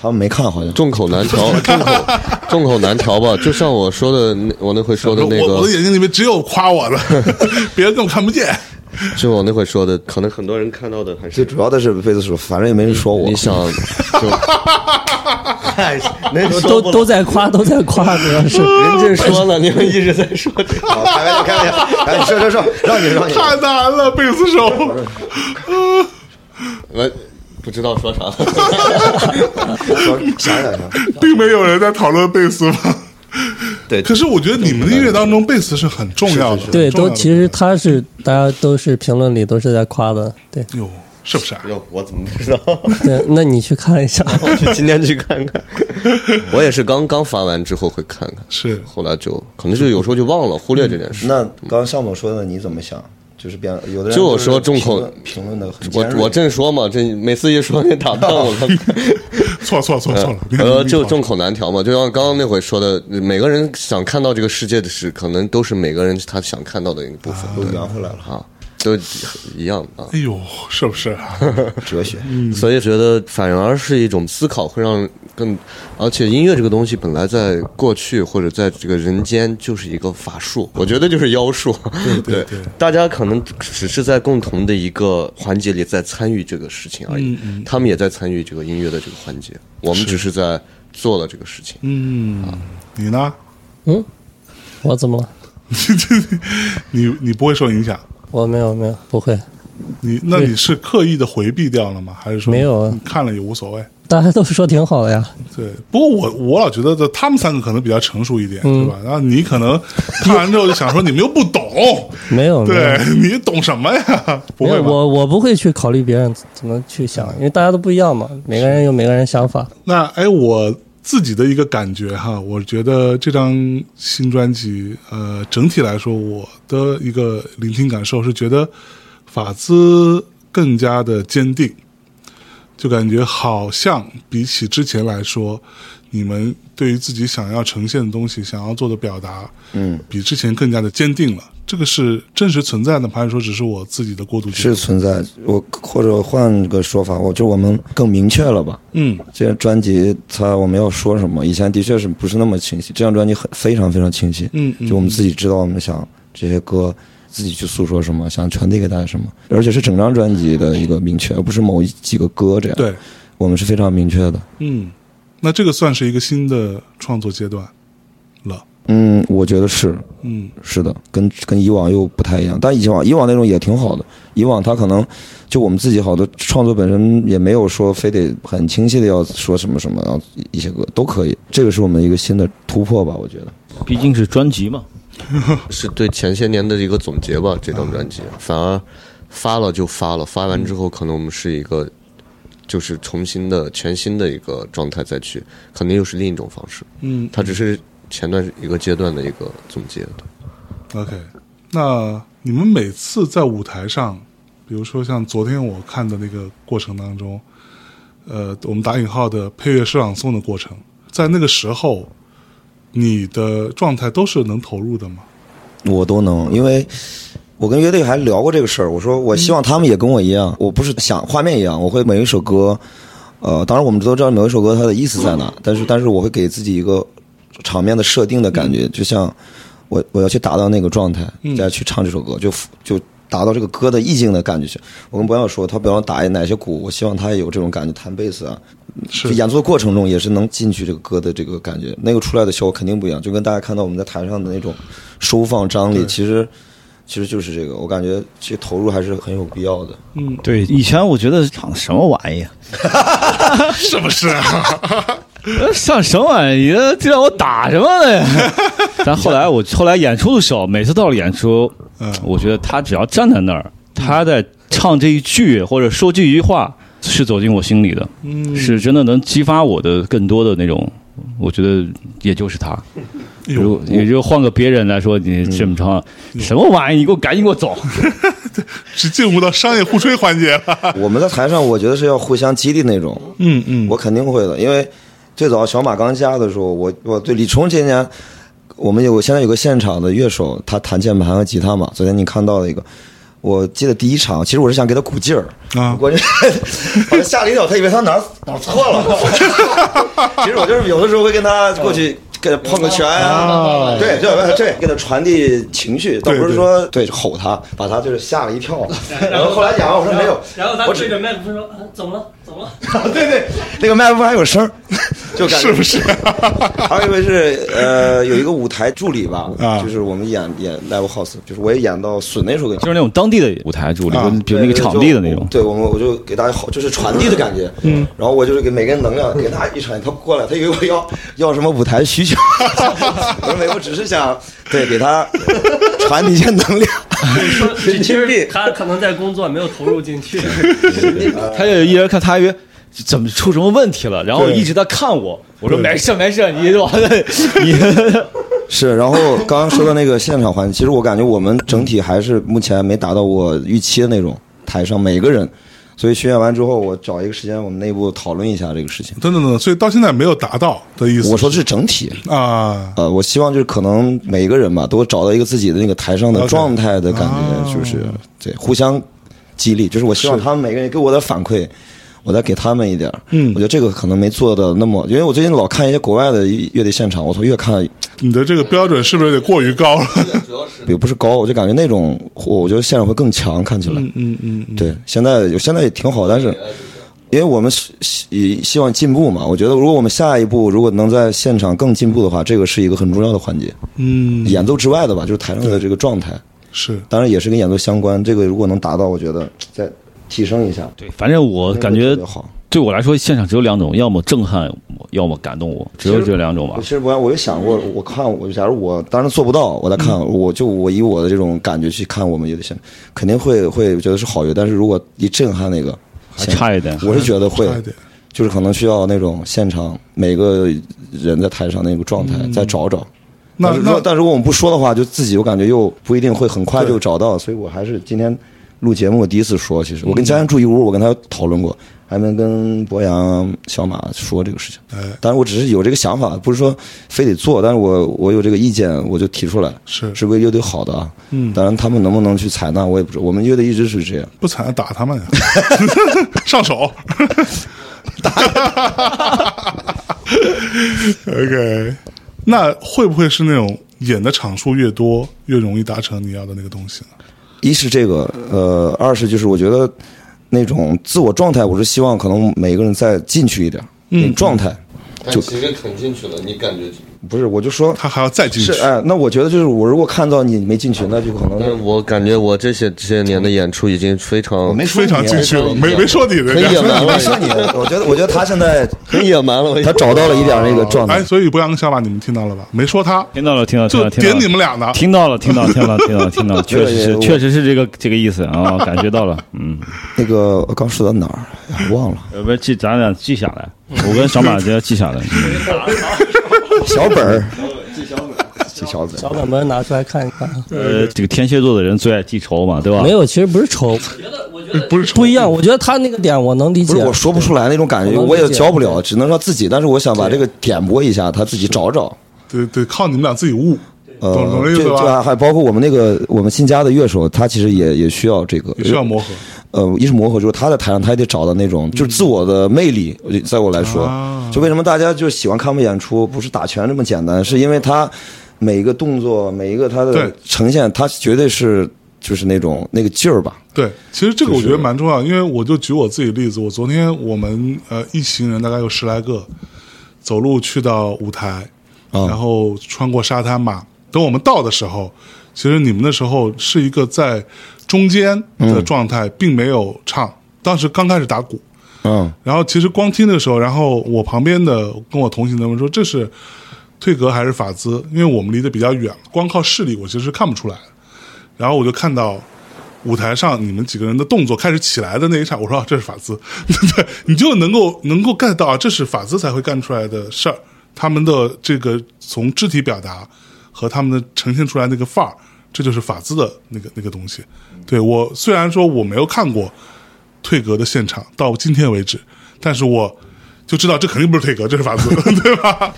B: 他们没看好像。
D: 众口难调， 众口众口难调吧。就像我说的那，我那回说的那
A: 我我的
D: 个，
A: 眼睛里面只有夸 我的，别人根本看不见。
D: 就我那回说的，可能很多人看到的还
B: 最
D: 是
B: 主要的是贝斯手，反正也没人说我
D: 你。想，就
C: 都都在夸，都在 夸，主 要是。
D: 人家说 呢，你们一直在说这个，
B: 好开玩笑，开玩笑，哎，说说说，让你让你。
A: 太难了，贝斯手。
D: 完不知道说啥了。
B: 说想想想，
A: 并没有人在讨论贝斯吗？
D: 对
A: 可是我觉得你们的音乐当中，贝斯是很重要的。
C: 对，
A: 很重要
C: 都
A: 的
C: 其实他是大家都是评论里都是在夸的，对
A: 哟，是不是啊？
D: 哟，我怎么不知道？
C: 对。那你去看一 下，
D: 我去今天去看看。我也是刚刚发完之后会看看，
A: 是
D: 后来就可能就有时候就忘了，忽略这件事。
B: 那刚刚向总说的，你怎么想？就是变有的人
D: 就我
B: 是
D: 说众口
B: 评论评论的很
D: 我
B: 尖锐
D: 我正说嘛，这每次一说你打断 我了。
A: 错错错错了。别
D: 呃，
A: 别
D: 就
A: 别
D: 众口难调嘛，就像刚刚那回说的，每个人想看到这个世界的是，可能都是每个人他想看到的一个部分，
B: 又圆回来了，
D: 啊，都一样啊。
A: 哎呦，是不是啊？
B: 哲学。
D: 所以觉得反而是一种思考，会让更，而且音乐这个东西本来在过去或者在这个人间就是一个法术，我觉得就是妖术。对
A: 对对
D: 大家可能只是在共同的一个环节里在参与这个事情而已，他们也在参与这个音乐的这个环节，我们只是在做了这个事情。
A: 嗯，你呢？
C: 嗯，我怎么了？
A: 你你不会受影响？
C: 我没有没有不会，
A: 你那你是刻意的回避掉了吗？还是说
C: 没有啊
A: 你看了也无所谓？
C: 大家都说挺好的呀。
A: 对，不过我我老觉得他们三个可能比较成熟一点，
C: 嗯
A: 对吧？然后你可能看完之后就想说，你们又不懂，
C: 没有 没有
A: 对你懂什么呀？不
C: 没
A: 会
C: 有，
A: 吧？
C: 我我不会去考虑别人怎么去想，因为大家都不一样嘛，每个人有每个人想法。
A: 那哎，我自己的一个感觉哈，我觉得这张新专辑，呃，整体来说，我的一个聆听感受是觉得法兹更加的坚定，就感觉好像比起之前来说，你们对于自己想要呈现的东西、想要做的表达，嗯，比之前更加的坚定了。这个是真实存在的吗？还是说只是我自己的过度解
B: 是
A: 读？，
B: 存在。我或者换个说法，我就我们更明确了吧。
A: 嗯
B: 这张专辑它我们要说什么，以前的确是不是那么清晰。这张专辑很非常非常清晰，
A: 嗯嗯
B: 就我们自己知道我们想这些歌自己去诉说什么，想传递给大家什么，而且是整张专辑的一个明确，而不是某一几个歌这样。，
A: 对，
B: 我们是非常明确的。
A: 嗯，那这个算是一个新的创作阶段了。
B: 嗯，我觉得是，
A: 嗯
B: 是的，跟跟以往又不太一样，但以往以往那种也挺好的。以往他可能就我们自己好多创作本身也没有说非得很清晰的要说什么什么，然后一些歌都可以。这个是我们一个新的突破吧，我觉得。
E: 毕竟是专辑嘛，
D: 是对前些年的一个总结吧。这张专辑反而发了就发了，发完之后可能我们是一个就是重新的、全新的一个状态再去，可能又是另一种方式。
A: 嗯
D: 它只是前段一个阶段的一个总结的。
A: ，OK。那你们每次在舞台上，比如说像昨天我看的那个过程当中，呃，我们打引号的配乐诗朗诵的过程，在那个时候，你的状态都是能投入的吗？
B: 我都能，因为我跟乐队还聊过这个事儿。我说我希望他们也跟我一样，我不是想画面一样，我会每一首歌，呃，当然我们都知道每一首歌它的意思在哪，但是但是我会给自己一个场面的设定的感觉，就像我我要去达到那个状态，再去唱这首歌，就就。达到这个歌的意境的感觉去。我跟博洋说，他比方打哪些鼓，我希望他也有这种感觉，弹贝斯啊，就是演奏过程中也是能进去这个歌的这个感觉，那个出来的效果肯定不一样，就跟大家看到我们在台上的那种收放张力，其实其实就是这个，我感觉这投入还是很有必要的。
G: 对，以前我觉得唱什么玩意啊儿，
A: 是不是、啊？
G: 唱什么玩意儿，这让我打什么呢？ 但后来我后来演出的时候，每次到了演出，
A: 嗯
G: 我觉得他只要站在那儿，他在唱这一句或者说这一句话，是走进我心里的，
A: 嗯，
G: 是真的能激发我的更多的那种。我觉得也就是他，
A: 哎呦
G: 如也就换个别人来说，你这么唱
A: 嗯
G: 什么玩意儿？你给我赶紧给我走！
A: 是进入到商业互吹环节了。
B: 我们在台上，我觉得是要互相激励那种，
A: 嗯嗯
B: 我肯定会的，因为最早小马刚加的时候，我我对李冲今年我们有我现在有个现场的乐手，他弹键盘和吉他嘛，昨天你看到了一个。我记得第一场，其实我是想给他鼓劲儿，
A: 啊
B: 关键把他吓了一跳，他以为他哪儿哪儿错了。 其实我就是有的时候会跟他过去给他碰个拳啊，对，对对，给他传递情绪，倒不是说对吼他，把他就是吓了一跳。然后后来演完我说没有，
C: 然后他
B: 我只
C: 对着麦克风说：“啊，怎么了？怎么了？
B: 对对，那个麦克风还有声 儿，就感觉
A: 是不是？
B: 还有一位是呃，有一个舞台助理吧，
A: 啊
B: 就是我们演演 live house，就是我也演到损那首歌，
G: 就是那种当地的舞台助理，
A: 啊
G: 就比如那个场地的那种。
B: 对，我们我就给大家好，就是传递的感觉。嗯，然后我就是给每个人能量，给大家一传递，他过来，他以为我要要什么舞台需求， 我说没有，我只是想对给他传递一些能量。
C: 其 实他可能在工作，没有投入进 去。
G: 他就一人看，他以为怎么出什么问题了，然后一直在看我。我说没事没事，你往 你
B: 是，然后刚刚说到那个现场环节，其实我感觉我们整体还是目前没达到我预期的那种台上每个人，所以巡演完之后，我找一个时间我们内部讨论一下这个事情。
A: 等等等，所以到现在没有达到的意思。
B: 我说的是整体，
A: 啊，
B: 呃，我希望就是可能每个人吧，都找到一个自己的那个台上的
A: OK
B: 状态的感
A: 啊
B: 觉，就是对互相激励，就是我希望他们每个人给我的反馈。我再给他们一点儿
A: 嗯
B: 我觉得这个可能没做的那么，因为我最近老看一些国外的乐队现场，我从越看
A: 你的这个标准是不是有点过于高了？
B: 也不是高，我就感觉那种，我我觉得现场会更强，看起来。
A: 嗯嗯嗯，
B: 对，现在有现在也挺好，但是因为我们是希希望进步嘛，我觉得如果我们下一步如果能在现场更进步的话，这个是一个很重要的环节，
A: 嗯，
B: 演奏之外的吧，就是台上的这个状态，
A: 是
B: 当然也是跟演奏相关。这个如果能达到，我觉得再提升一下，
G: 对，反正我感
B: 那个
G: 觉
B: 特别好。
G: 对我来说，现场只有两种，要么震撼我，要么感动我，只有这两种吧
B: 我。其实我我就想过，我看我假如我当然做不到，我在看，
A: 嗯
B: 我就我以我的这种感觉去看我们乐队现场，肯定会会觉得是好乐，但是如果一震撼那个，
G: 还差一点，
B: 我是觉得会
A: 差一点。
B: 就是可能需要那种现场每个人在台上那个状态，
A: 嗯
B: 再找找。
A: 那
B: 但是如
A: 那
B: 果但如果我们不说的话，就自己我感觉又不一定会很快
A: 嗯
B: 就找到，所以我还是今天录节目我第一次说，其实我跟嘉燕住一屋，我跟他讨论过，还没跟博洋、小马说这个事情。
A: 哎，
B: 但是我只是有这个想法，不是说非得做，但是我我有这个意见，我就提出来，
A: 是
B: 是为乐队好的啊。
A: 嗯
B: 当然他们能不能去采纳，我也不知道。我们乐队一直是这样，
A: 不惨打他们呀，上手，打。OK，那会不会是那种演的场数越多，越容易达成你要的那个东西呢？
B: 一是这个，呃，二是就是我觉得那种自我状态，我是希望可能每个人再进去一点，嗯，状态
D: 但其实肯进去了，你感觉，
B: 不是，我就说
A: 他还要再进去
B: 是，嗯哎，那我觉得就是我如果看到你没进去，那就可
D: 但是
B: 能
D: 我感觉我这些这些年的演出已经非常
A: 非常进去了，
D: 非常
A: 没没说你的
D: 很野
A: 人家。
D: 蛮了，
B: 说你，我觉得我觉得他现在
D: 很野蛮了，我已
B: 他
D: 经
B: 找到了一点那个状态
A: 哎，，所以博洋小马，你们听到了吧？没说他，
E: 听到了，听到了，听
A: 就
E: 到了，听到
A: 点
E: 了
A: 你们俩呢。
E: 听到了，听到了，听到了，听到 了，听到了，确实
B: 对
E: 是，
B: 我
E: 确实是这个这个意思啊，感觉到 了，嗯，呃
B: 那个我刚说到哪儿哎忘了，
E: 要不然记咱俩记下来，我跟小马直接记下来， 嗯
B: 小本 儿，记小本，记小
C: 小
B: 本。
C: 本本拿出来看一看。
E: 呃，这个天蝎座的人最爱记仇嘛，对吧？
C: 没有，其实不是丑，
A: 不是丑
C: 不一样。我觉得他那个点我能理解
B: 嗯不是，我说不出来那种感觉，
C: 我能理
B: 我也
C: 解
B: 教不了，只能说自己。但是我想把这个点拨一下，他自己找找。
A: 对对，靠你们俩自己悟，
B: 呃
A: 懂懂，这意
B: 这
A: 思
B: 这
A: 吧？
B: 还还包括我们那个我们新加的乐手，他其实也也需要这个，
A: 也需要磨合。
B: 呃，一是磨合，就是他在台上，他也得找到那种就是自我的魅力。我就在我来说，
A: 啊
B: 就为什么大家就喜欢看我们演出，不是打拳这么简单，是因为他每一个动作，每一个他
A: 对
B: 的呈现，他绝对是就是那种那个劲儿吧。
A: 对，其实这个我觉得蛮重要，因为我就举我自己例子，我昨天我们呃一行人大概有十来个，走路去到舞台，
B: 啊
A: 然后穿过沙滩嘛。等我们到的时候，其实你们那时候是一个在中间的状态，并没有唱，当时刚开始打鼓，
B: 嗯，
A: 然后其实光听的时候，然后我旁边的跟我同行的人说这是退格还是法兹，因为我们离得比较远，光靠视力我其实是看不出来的。然后我就看到舞台上你们几个人的动作开始起来的那一刹，我说、啊、这是法兹， 对，你就能够能够 get 到啊，这是法兹才会干出来的事儿，他们的这个从肢体表达和他们的呈现出来那个范儿，这就是法兹的那个那个东西。对我虽然说我没有看过退格的现场到今天为止，但是我就知道这肯定不是退格，这是法兹， 对吧？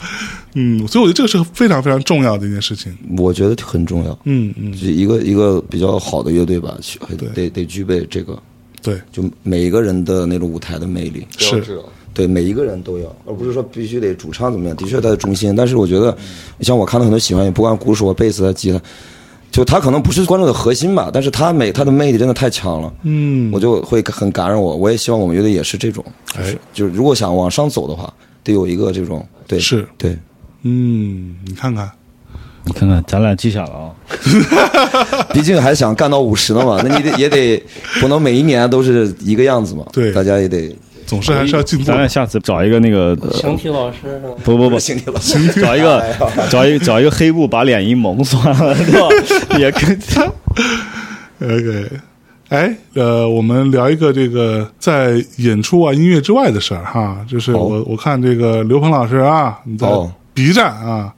A: 嗯，所以我觉得这个是非常非常重要的一件事情。
B: 我觉得很重要。
A: 嗯嗯，
B: 就一个一个比较好的乐队吧，需得得具备这个，
A: 对，
B: 就每一个人的那种舞台的魅力。
A: 是
D: 知道
B: 对每一个人都要，而不是说必须得主唱怎么样。的确，他在中心，但是我觉得，
A: 嗯
B: 像我看到很多喜欢，也不管鼓手、贝斯、啊吉他，就他可能不是观众的核心吧，但是他每他的魅力真的太强了，
A: 嗯，
B: 我就会很感染我。我也希望我们乐队也是这种，就是、
A: 哎
B: 就是如果想往上走的话，得有一个这种对
A: 是
B: 对。
A: 嗯，你看看，
E: 你看看，咱俩记下了啊，
B: 毕竟还想干到五十 呢嘛，那你得也得不能每一年都是一个样子嘛。
A: 对
B: 大家也得
A: 总是还是要进步
E: 咱。俩下次找一个那个，呃
C: 形体老师是吧？哎
E: 不不不， 找一
B: 哎
E: 个 找一个找一个黑布把脸一蒙算了， 对吧？也跟他
A: OK，哎，呃，我们聊一个这个在演出啊、音乐之外的事儿哈，就是我、我看这个刘鹏老师啊，你在
B: 哦
A: B 站啊，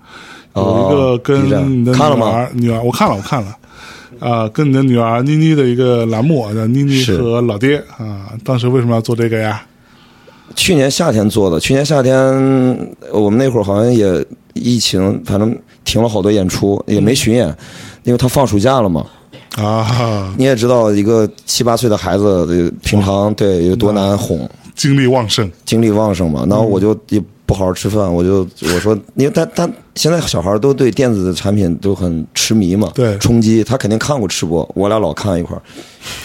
A: 有
B: 哦
A: 一个
B: B 站
A: 跟你的女
B: 看了
A: 儿
B: 吗
A: 女儿，我看了，我看了。啊、跟你的女儿妮妮的一个栏目啊，叫妮妮
B: 是
A: 和老爹啊，当时为什么要做这个呀？
B: 去年夏天做的，去年夏天呃我们那会儿好像也疫情，反正停了好多演出，也
A: 嗯
B: 没巡演，因为他放暑假了嘛。
A: 啊，
B: 你也知道，一个七八岁的孩子，呃平常对有
A: 嗯
B: 多难哄，
A: 精力旺盛，
B: 精力旺盛嘛。然
A: 嗯
B: 后我就也不好好吃饭，我就我说，因为他他现在小孩都对电子产品都很痴迷嘛，
A: 对
B: 冲击，他肯定看过吃播，我俩老看一块儿，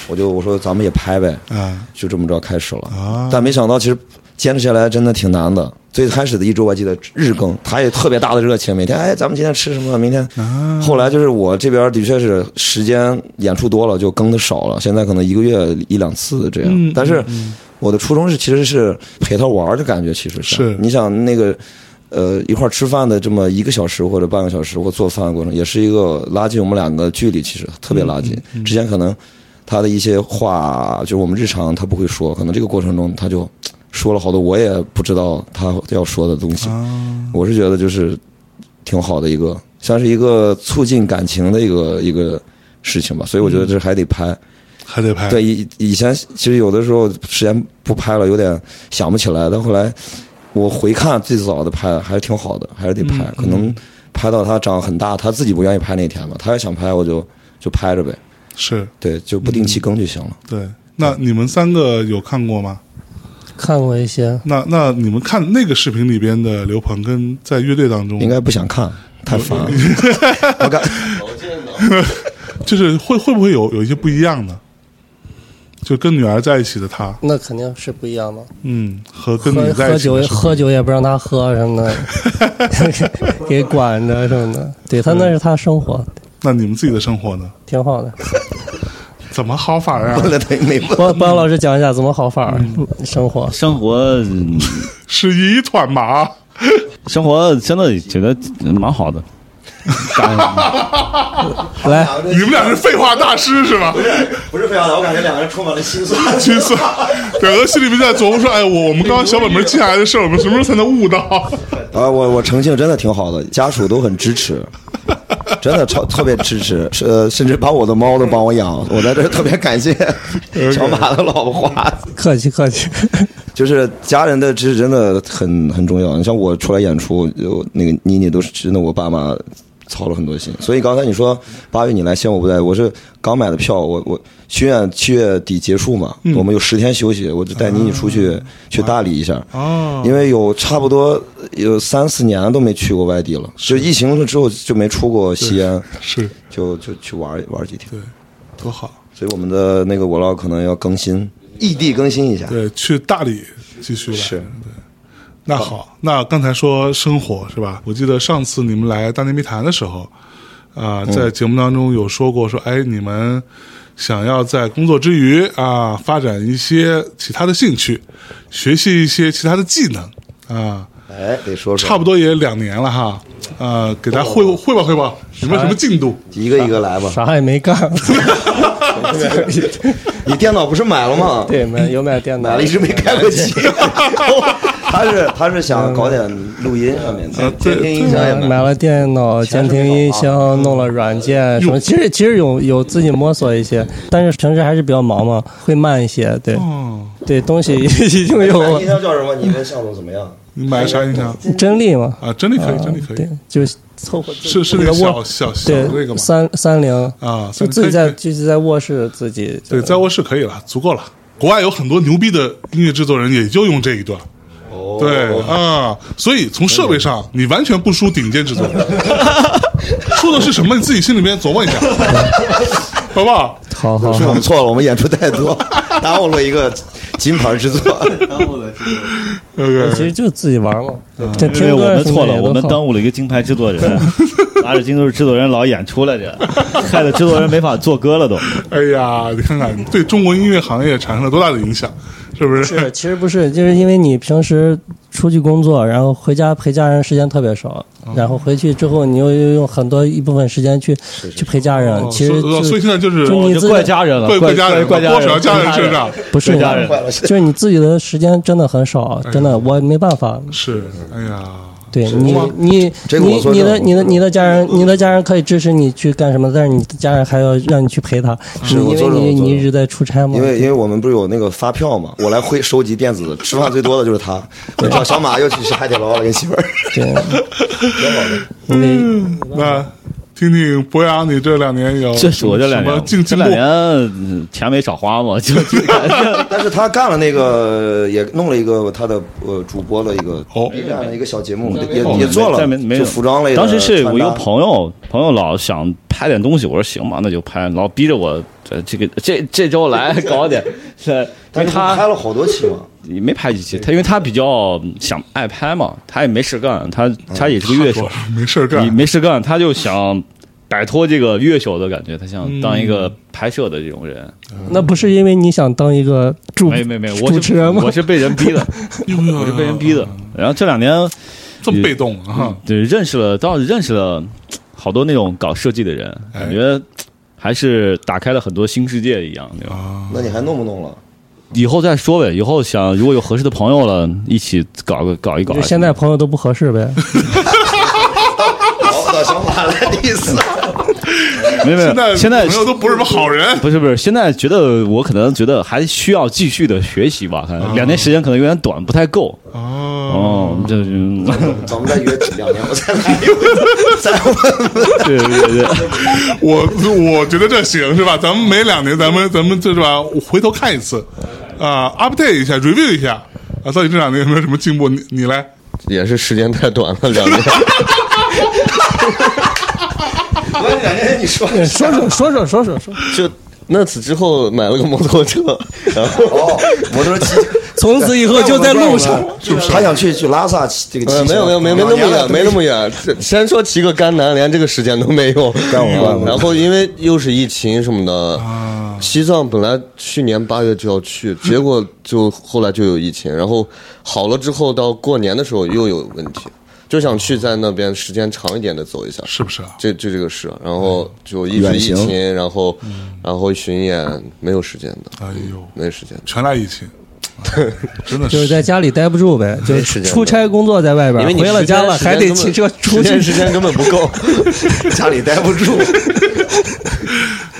B: 我就我说咱们也拍呗，
A: 啊
B: 就这么着开始了。
A: 啊
B: 但没想到，其实坚持下来真的挺难的。最开始的一周，我记得日更，他也特别大的热情，每天哎，咱们今天吃什么？明天。
A: 啊
B: 后来就是我这边的确是时间演出多了，就更的少了。现在可能一个月一两次这样。
A: 嗯
B: 但是我的初衷是，其实是陪他玩儿的感觉，其实
A: 是
B: 你想那个。呃，一块儿吃饭的这么一个小时或者半个小时，或做饭的过程，也是一个拉近我们俩的距离，其实特别拉近。
A: 嗯
B: 之前可能他的一些话，就是我们日常他不会说，可能这个过程中他就说了好多我也不知道他要说的东西。
A: 啊，
B: 我是觉得就是挺好的一个，像是一个促进感情的一个一个事情吧，所以我觉得这还得拍。
A: 还得拍。
B: 对，以以前其实有的时候时间不拍了，有点想不起来。但后来我回看最早的拍，还是挺好的，还是得拍。可能拍到他长很大，他自己不愿意拍那天吧。他要想拍，我就就拍着呗。
A: 是
B: 对，就不定期更就行了。
A: 对。那你们三个有看过吗？
C: 看过一些，
A: 那那你们看那个视频里边的刘鹏跟在乐队当中，
B: 应该不想看，太烦了。 我感
A: 就是会会不会有有一些不一样的？就跟女儿在一起的他，
C: 那肯定是不一样的。
A: 嗯，和跟
C: 喝
A: 你在
C: 喝
A: 一起
C: 酒
A: 的
C: 也
A: 时候
C: 喝酒也不让他喝什么的， 给管着什么的。对他那是他生活，
A: 那你们自己的生活呢？
C: 挺好的。
B: 嗯
A: 怎么好法儿啊？
B: 问了他也没问。
C: 帮帮老师讲一下怎么好法儿
B: 嗯
C: 生活。
E: 生活嗯
A: 是一团麻。
E: 生活真的觉得嗯蛮好的，
C: 来，
A: 你们俩是废话大师是 吧？
B: 不是非常的，我感觉两个人充满了心酸。
A: 心酸，表哥心里面在琢磨说：“哎，我我们刚刚小本本记下来的事儿，我们什么时候才能悟到
B: 啊，我我诚信真的挺好的，家属都很支 持，真的超特别支持，是呃，甚至把我的猫都帮我养，我在这儿特别感 谢小马的老花，
C: 客气客气。
B: 就是家人的支持真的很很重要。你像我出来演出，有那个妮妮都是真的，我爸妈操了很多心。所以刚才你说八月你来，现我不在，我是刚买的票，我我巡演七月底结束嘛，我们有十天休息，我就带妮妮出去、去大理一下。？”
A: 哦，
B: 因为有差不多有三四年都没去过外地了，就疫情了之后就没出过西安，
A: 是
B: 就就去玩玩几天。
A: 多好。
B: 所以我们的那个 vlog 可能要更新，异地更新一下。
A: 对，去大理继续来。
B: 是，
A: 那好，那刚才说生活是吧？我记得上次你们来大内密谈的时候，啊、在节目当中有说过说，哎，你们想要在工作之余啊、发展一些其他的兴趣，学习一些其他的技能啊、
B: 哎，得说说，
A: 差不多也两年了哈，呃，给大家汇报汇报汇报，有没有什么进度？
B: 一个一个来吧。
C: 啥 也没干。
B: 你电脑不是买了吗？
C: 对，买有买电脑，
B: 买了一直没开过机。 他是他是想搞点录音上面的，
E: 嗯
B: 监听音响也买
C: 买
B: 了。
C: 了电脑、监听音箱，弄了软件什么。其实其实有有自己摸索一些，但是平时还是比较忙嘛，会慢一些。对
A: 哦，
C: 对，东西 已经有
B: 买
C: 了
B: 音箱叫什么？哎你跟向总怎么样？
A: 你买啥音响
C: 真力嘛，
A: 啊？真的可以，
C: 嗯啊
A: 真的可
C: 对
A: 以，，
C: 就是凑合自己
A: 是是那
C: 那
A: 个
C: 个
A: 小
C: 卧
A: 小小的那个
C: 对
A: 吗？
C: 三三零
A: 啊
C: 就
A: 三零
C: 自
A: 可以
C: 己在
A: 可以
C: 就是在卧室自己
A: 对，在卧室可以了，足够了。国外有很多牛逼的音乐制作人，也就用这一段。
C: 哦
A: 对啊，所以从设备
C: 嗯
A: 上，你完全不输顶尖制作 人。输的是什么？你自己心里面琢磨一 下，好不好？
C: 好好
B: 是我们错了，我们演出太多， 耽误了一个金牌制作。
A: 对不
C: 其
A: 对？
C: 实就自己玩嘛。
A: 啊
C: 这
E: 因为
C: 听
E: 我
C: 歌
E: 们
C: 什
E: 错
C: 么的
E: 了，
C: 也
E: 我
C: 都
E: 们
C: 好
E: 耽误了一个金牌制作人，拿着金都是制作人老演出来着，害得制作人没法做歌了都。
A: 哎呀，你看看，对中国音乐行业产生了多大的影响，是不是？
C: 是，其实不是，就是因为你平时出去工作，然后回家陪家人时间特别少，
A: 啊
C: 然后回去之后，你又又用很多一部分时间去去陪家人。
A: 哦
C: 其实
A: 所以
C: 就
A: 所以现在就是
C: 就 你
G: 就
C: 自
G: 怪
C: 己
G: 家人了，
A: 怪怪家人，
G: 怪家
A: 多少
G: 人，
A: 家人身上
C: 不是
G: 怪家人
C: 你就是你自己的时间真的很
A: 哎
C: 少，真的我没办法。
A: 是。哎呀，
C: 对你
A: 吗，
C: 你
B: 这个
C: 你
B: 我作证
C: 你的你的你的家人，你的家人可以支持你去干什么，但是你的家人还要让你去陪他，
D: 嗯
B: 是
C: 你
B: 我
C: 因
B: 作证
C: 为你
B: 我作
C: 你
B: 证
C: 一直在出差 嘛。
B: 因为因为我们不是有那个发票嘛，我来会收集电子，吃饭最多的就是他。我叫小马又去吃海底捞了，跟媳妇 儿。
C: 对，你得
E: 嗯
A: 那听听博洋，你这两年有
E: 这是我这两
A: 什么
E: 年，
A: 进
E: 这
A: 进
E: 两
A: 步
E: 年嗯钱没少花嘛，就 就感觉
B: 但是他干了那个，也弄了一个他的呃主播的一个
A: 哦
B: B 站的一个小节目，也
A: 哦
B: 也做了
E: 在没，没
B: 就
E: 有
B: 服装类的
E: 当时是
B: 穿
E: 我一个
B: 搭
E: 朋友，朋友老想拍点东西，我说行吧，那就拍，老逼着我这这个这这周 来搞点，是因为
B: 但是他
E: 他
B: 拍了好多期嘛，
E: 也没拍几期，他因为他比较想爱拍嘛，他也没事干，他
B: 嗯
E: 他也是个乐手，
A: 没事
B: 啊
A: 儿
E: 你
A: 干，
E: 没事干，他就想摆脱这个乐手的感觉，他想当一
C: 嗯
E: 个拍摄的这种人。
C: 那不是因为你想当一个主
E: 没没没，我
C: 主
E: 是
C: 持人吗嗯
E: 我？是被人 逼的，
A: 我
E: 我是被人逼的。然后这两年
A: 这么被动
E: 嗯
A: 啊！
E: 对认识了，倒是认识了好多那种搞设计的人，
A: 哎
E: 感觉还是打开了很多新世界一样。对
A: 啊
E: 吧？
B: 那你还弄不弄了？
E: 以后再说呗，以后想如果有合适的朋友了，一起搞个搞一搞
C: 就。现 在朋友都不合适呗。
B: 找不到小马来第四，
G: 没有没有，
E: 啊
A: 现在
G: 现在
A: 朋友都不是什么好人。
G: 不是不是，现在觉得我可能觉得还需要继续的学习吧，
A: 啊
G: 可能两年时间可能有点短，不太够。
A: 哦，
G: 哦， 这是
B: 咱们再约两年，我再来一回，再问问。
G: 对对对，
A: 我我觉得这行是吧？咱们每两年，咱们咱们这是吧？回头看一次，啊、u p d a t e 一下，review 一下，啊，到底这两年有没有什么进步？你你来，
D: 也是时间太短 了，两年。
B: 我两年，你说
C: 对说说说说说说说，
D: 就那此之后买了个摩托车，然后
B: 哦，摩托车骑，
C: 从此以后就在路 上。
B: 就是他想去去拉萨骑这个骑
D: 呃
B: 行，
D: 没有没有没没那么远，没那么远。这先说骑个甘南，连这个时间都没有。嗯
B: 干我干我
D: 然后因为又是疫情什么的，
B: 啊
D: 西藏本来去年八月就要去，结果就后来就有疫情，然后好了之后到过年的时候又有问题，就想去在那边时间长一点的走一下。
A: 是不是啊？
D: 这这这个是，然后就一直
B: 远
D: 疫
B: 行嗯
D: 情，然后然后巡演没有时间的，
A: 哎呦，
D: 没时间。
A: 全赖疫 情，哎真的
C: 就是是在家里待不住呗，就
D: 时
C: 是
D: 间
C: 出差工作在外边
D: 因为，你
C: 回了
D: 时间
C: 家了
D: 时间
C: 还得
D: 根本
C: 骑车出去
D: 时间。时间根本不够，
B: 家里待不住。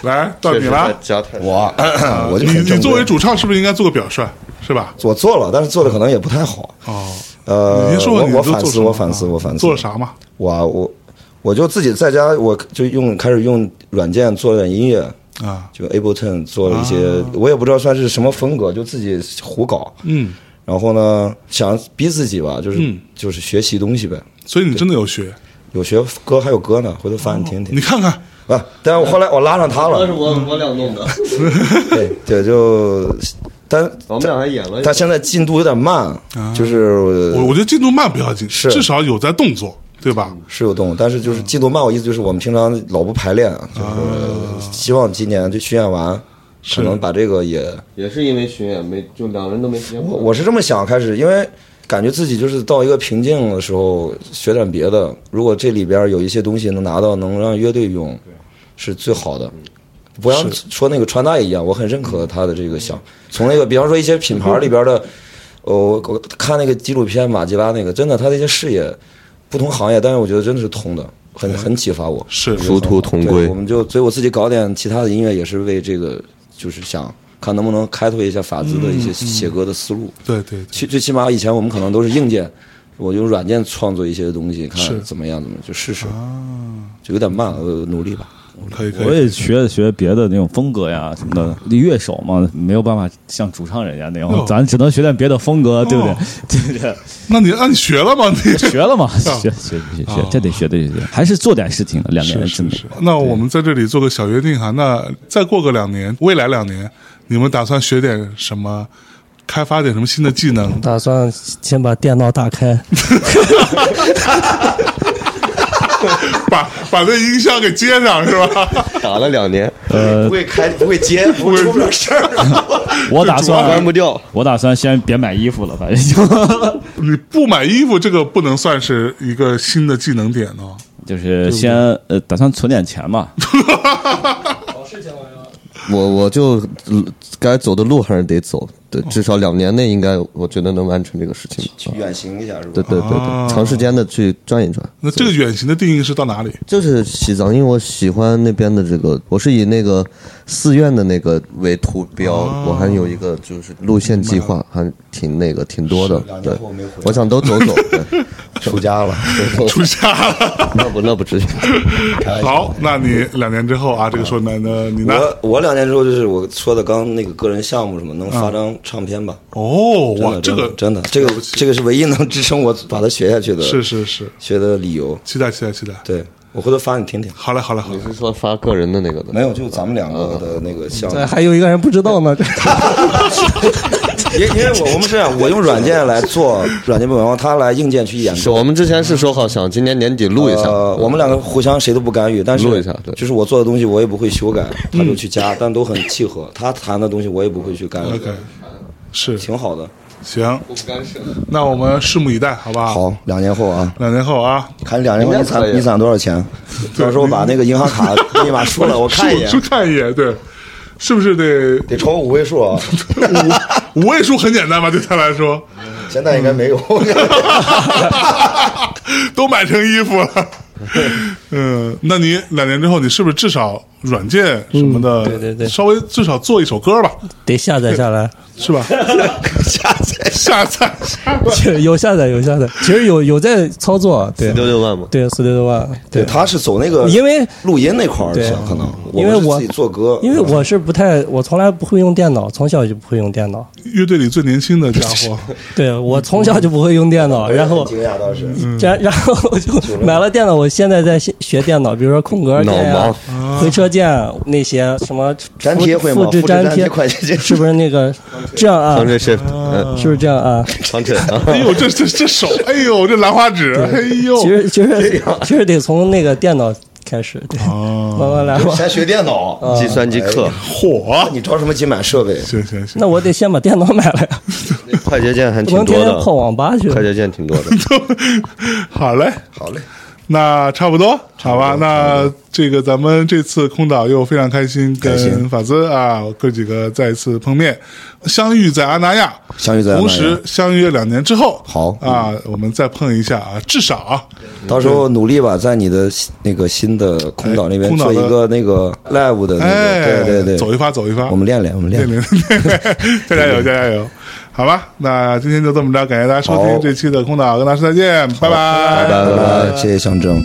A: 来到
D: 确
A: 你
D: 实
A: 了
D: 在。家太
B: 我啊我
A: 啊你
B: 就很
A: 你
B: 正
A: 作为
B: 规，
A: 主唱是不是应该做个表率？是吧？
B: 我做了，但是做的可能也不太好。
A: 哦，
B: 呃，
A: 你先说
B: 我
A: 你
B: 我
A: 都
B: 反
A: 做
B: 思，
A: 什么
B: 我反思，
A: 啊
B: 我反思。
A: 做了啥嘛？
B: 我我我就自己在家，我就用开始用软件做了点音乐，
A: 啊，
B: 就 Ableton 做了一些，我也不知道算是什么风格，就自己胡搞。
A: 嗯，
B: 然后呢，想逼自己吧，就是、
A: 嗯
B: 就是学习东西呗。
A: 所以你真的有学，
B: 有学歌还有歌呢，回头发你听听
A: 你。看看，
B: 啊！但是我后来我拉上他 了，
D: 我我俩弄的，
B: 对对，就但
D: 我们俩还演了一
B: 但现在进度有点慢，就是
A: 我我觉得进度慢不要紧，
B: 是嗯
A: 至少有在动作，对吧？
B: 是有动，但是就是进度慢，我意思就是我们平常老不排练，啊就是希望今年就巡演完，可能把这个也，
D: 也是因为巡演没，就两人都没时间。
B: 我是这么想开始，因为感觉自己就是到一个瓶颈的时候，学点别的。如果这里边有一些东西能拿到，能让乐队用，是最好的。不像说那个穿搭也一样，我很认可他的这个想，从那个比方说一些品牌里边的，呃我我看那个纪录片马吉拉那个，真的他的一些视野，不同行业，但是我觉得真的是通的，很很启发我。
A: 是
D: 殊途同
B: 对，
D: 归
B: 我。们就所以我自己搞点其他的音乐，也是为这个，就是想看能不能开拓一下法兹的一些写歌的思路。
A: 对对对，
B: 最最起码以前我们可能都是硬件，我用软件创作一些东西，看怎么样怎么样就试试。
A: 哦
B: 就有点慢，我努力吧。
A: 可以
E: 我
A: 可以，
E: 也学学别的那种风格呀什么的，乐手嘛，没有办法像主唱人家那
A: 哦
E: 样，咱只能学点别的风格，对不对？
C: 哦
E: 对不对？
A: 那你那你学了 吗？你
E: 学了嘛，
C: 哦
E: 学学学学，这得学，得学，还是做点事情的。两个人真的，
A: 那我们在这里做个小约定哈，那再过个两年，未来两年，你们打算学点什么？开发点什么新的技能？
C: 打算先把电脑打开，
A: 把把那音箱给接上是吧？
D: 打了两年，
A: 呃
B: 不会开，不会接，不会出不了事 儿。
E: 我打
D: 关
E: 算
D: 不掉。
E: 我打算先别买衣服了，反正就
A: 你不买衣服，这个不能算是一个新的技能点哦。
E: 就是先呃，打算存点钱嘛。
D: 我我就呃该走的路还是得走，对，至少两年内应该，我觉得能完成这个事情。
B: 远啊行一下是吧？
D: 对对对对，长时间的去转一转，
A: 那这个远行的定义是到哪里？
D: 就是西藏，因为我喜欢那边的这个，我是以那个寺院的那个为图标，
B: 啊
D: 我还有一个就是路线计划，还挺那个挺多的。对，我想都走走。对
B: 出家 了，
A: 出家了。
D: 那不那不 至于。
A: 好，那你两年之后啊，这个说那那你呢？
B: 我我两年之后就是我说的刚那个个人项目什么，能发张唱片吧？
A: 哦，
B: 真
A: 嗯哇，这
B: 的真的
A: 个
B: 真的，这个这个是唯一能支撑我把它学下去的，
A: 是是是，
B: 学的理由。
A: 期待期待期待。
B: 对我回头发你听听，
A: 好嘞好嘞好嘞
D: 你，是说发个人的那个的？
B: 没有，就咱们两个的那个项目
C: 对，。 还有一个人不知道呢。
B: 因因为我我们是这样，我用软件来做软件部门，然后他来硬件去 演
D: 是
B: 奏。
D: 我们之前是说好想今年年底录一下，
B: 呃，我们两个互相谁都不干预，但是
D: 录一下对
B: 就是我做的东西我也不会修改，他就去加，但都很契合。他弹的东西我也不会去干预
A: OK，是
B: 挺好的。
A: 行，那我们拭目以待，好不好？，
B: 好，两年后啊，
A: 两年后啊，
B: 看两年后
D: 应
B: 你
D: 该可以
B: 攒你攒多少钱？到时候把那个银行卡密码输了，我 看一眼
A: 数，数看一眼，对，是不是得
B: 得超过五位数啊。
A: 五五位数很简单吧？对他来说，
B: 现在应该没有。
A: 都买成衣服了。嗯，那你两年之后，你是不是至少软件什么的，
C: 嗯对对对
A: 稍微至少做一首歌吧，
C: 得下载下来，
A: 是 吧？下载下载下载，
C: 有下载有下载，其实有有在操作，对
D: 六六万嘛，
C: 对 Studio One，
B: 对，他是走那个
C: 因为
B: 录音那块儿去
C: 对，
B: 可能
C: 因为
B: 们是
C: 我
B: 自己做歌，
C: 因为我是不太，我从来不会用电脑，从小就不会用电脑。
A: 乐队里最年轻的家伙，
C: 对我从小就不会用电脑，然
B: 很
C: 后
B: 惊讶倒是，
C: 然 然后我就买了电脑，我现在在学学电脑，比如说空格键呀、回车键那些什么
B: 粘贴会吗
C: 复制
B: 复制粘贴
C: 贴，
B: 快捷键
C: 是不是 那个这样啊？
D: 长 shift，嗯，
C: 是不是这样啊？
D: 长枕啊，
A: 哎呦，这这这手，哎呦，这兰花指，哎呦，
B: 哦
C: 其实其实
B: 啊
C: 其实得从那个电脑开始，对，慢慢来吧。
B: 先学电脑，
D: 计算机课，
A: 火，
B: 你着什么急买设备？
A: 行行行，
C: 那我得先把电脑买了呀，
B: 哎
D: 快捷键还
C: 不
D: 挺
C: 能
D: 多
C: 天天
D: 的，
C: 泡网吧去。
D: 快捷键挺多的。
A: 好嘞，
B: 好嘞，
A: 那差不多，好吧？那这个咱们这次空岛又非常开心，跟法兹啊哥几个再一次碰面，相遇在阿那亚，
B: 相遇在阿那亚
A: 同时相约两年之后，
B: 好
A: 啊，我们再碰一下啊，至少啊，
B: 到时候努力吧，在你的新那个新的空岛那
A: 哎
B: 边
A: 空岛
B: 做
A: 的
B: 一个那个 live 的那
A: 哎，
B: 个，对对
A: 走
B: 对，
A: 一啊发走一发，
B: 我们练练，我们练
A: 练
B: 练。
A: 练， 加加油加加油，好吧？那今天就这么着，感谢大家收听
B: 好
A: 这期的空岛，跟大家说再见，拜拜
B: 拜拜拜拜，呃谢谢象征。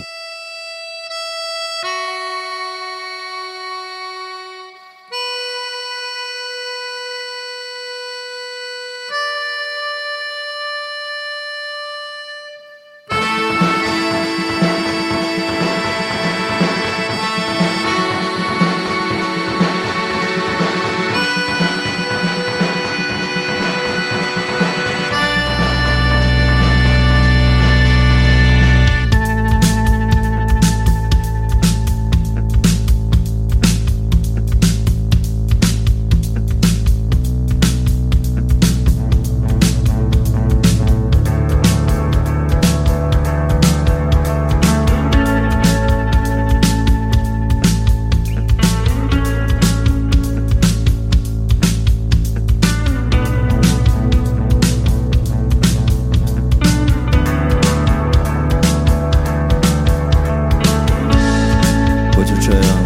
H: 我就这样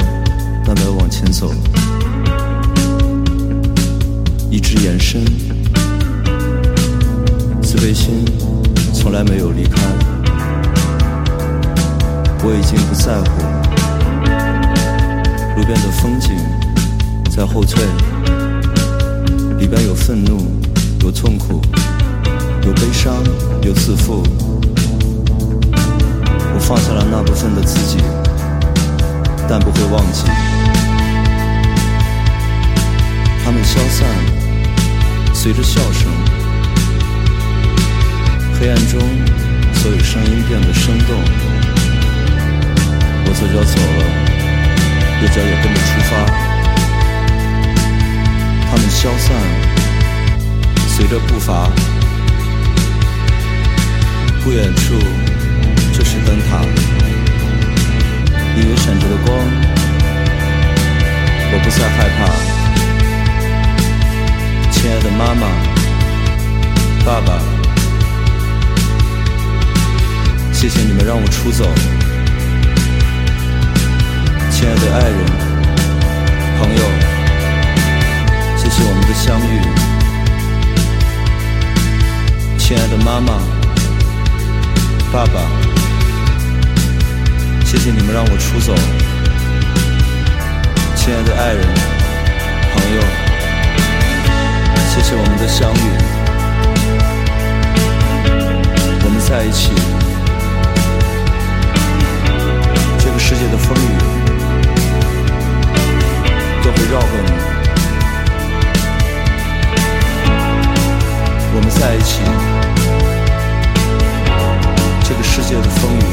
H: 慢慢往前走，一直延伸，自卑心从来没有离开。我已经不在乎路边的风景在后退，里边有愤怒，有痛苦，有悲伤，有自负。我放下了那部分的自己。但不会忘记。它们消散，随着笑声。黑暗中，所有声音变得生动。我左脚走了，右脚也跟着出发。它们消散，随着步伐。不远处，就是灯塔。隐约闪着的光，我不再害怕。亲爱的妈妈、爸爸，谢谢你们让我出走。亲爱的爱人、朋友，谢谢我们的相遇。亲爱的妈妈、爸爸。谢谢你们让我出走，亲爱的爱人、朋友，谢谢我们的相遇，我们在一起。这个世界的风雨都会绕过你，我们在一起。这个世界的风雨。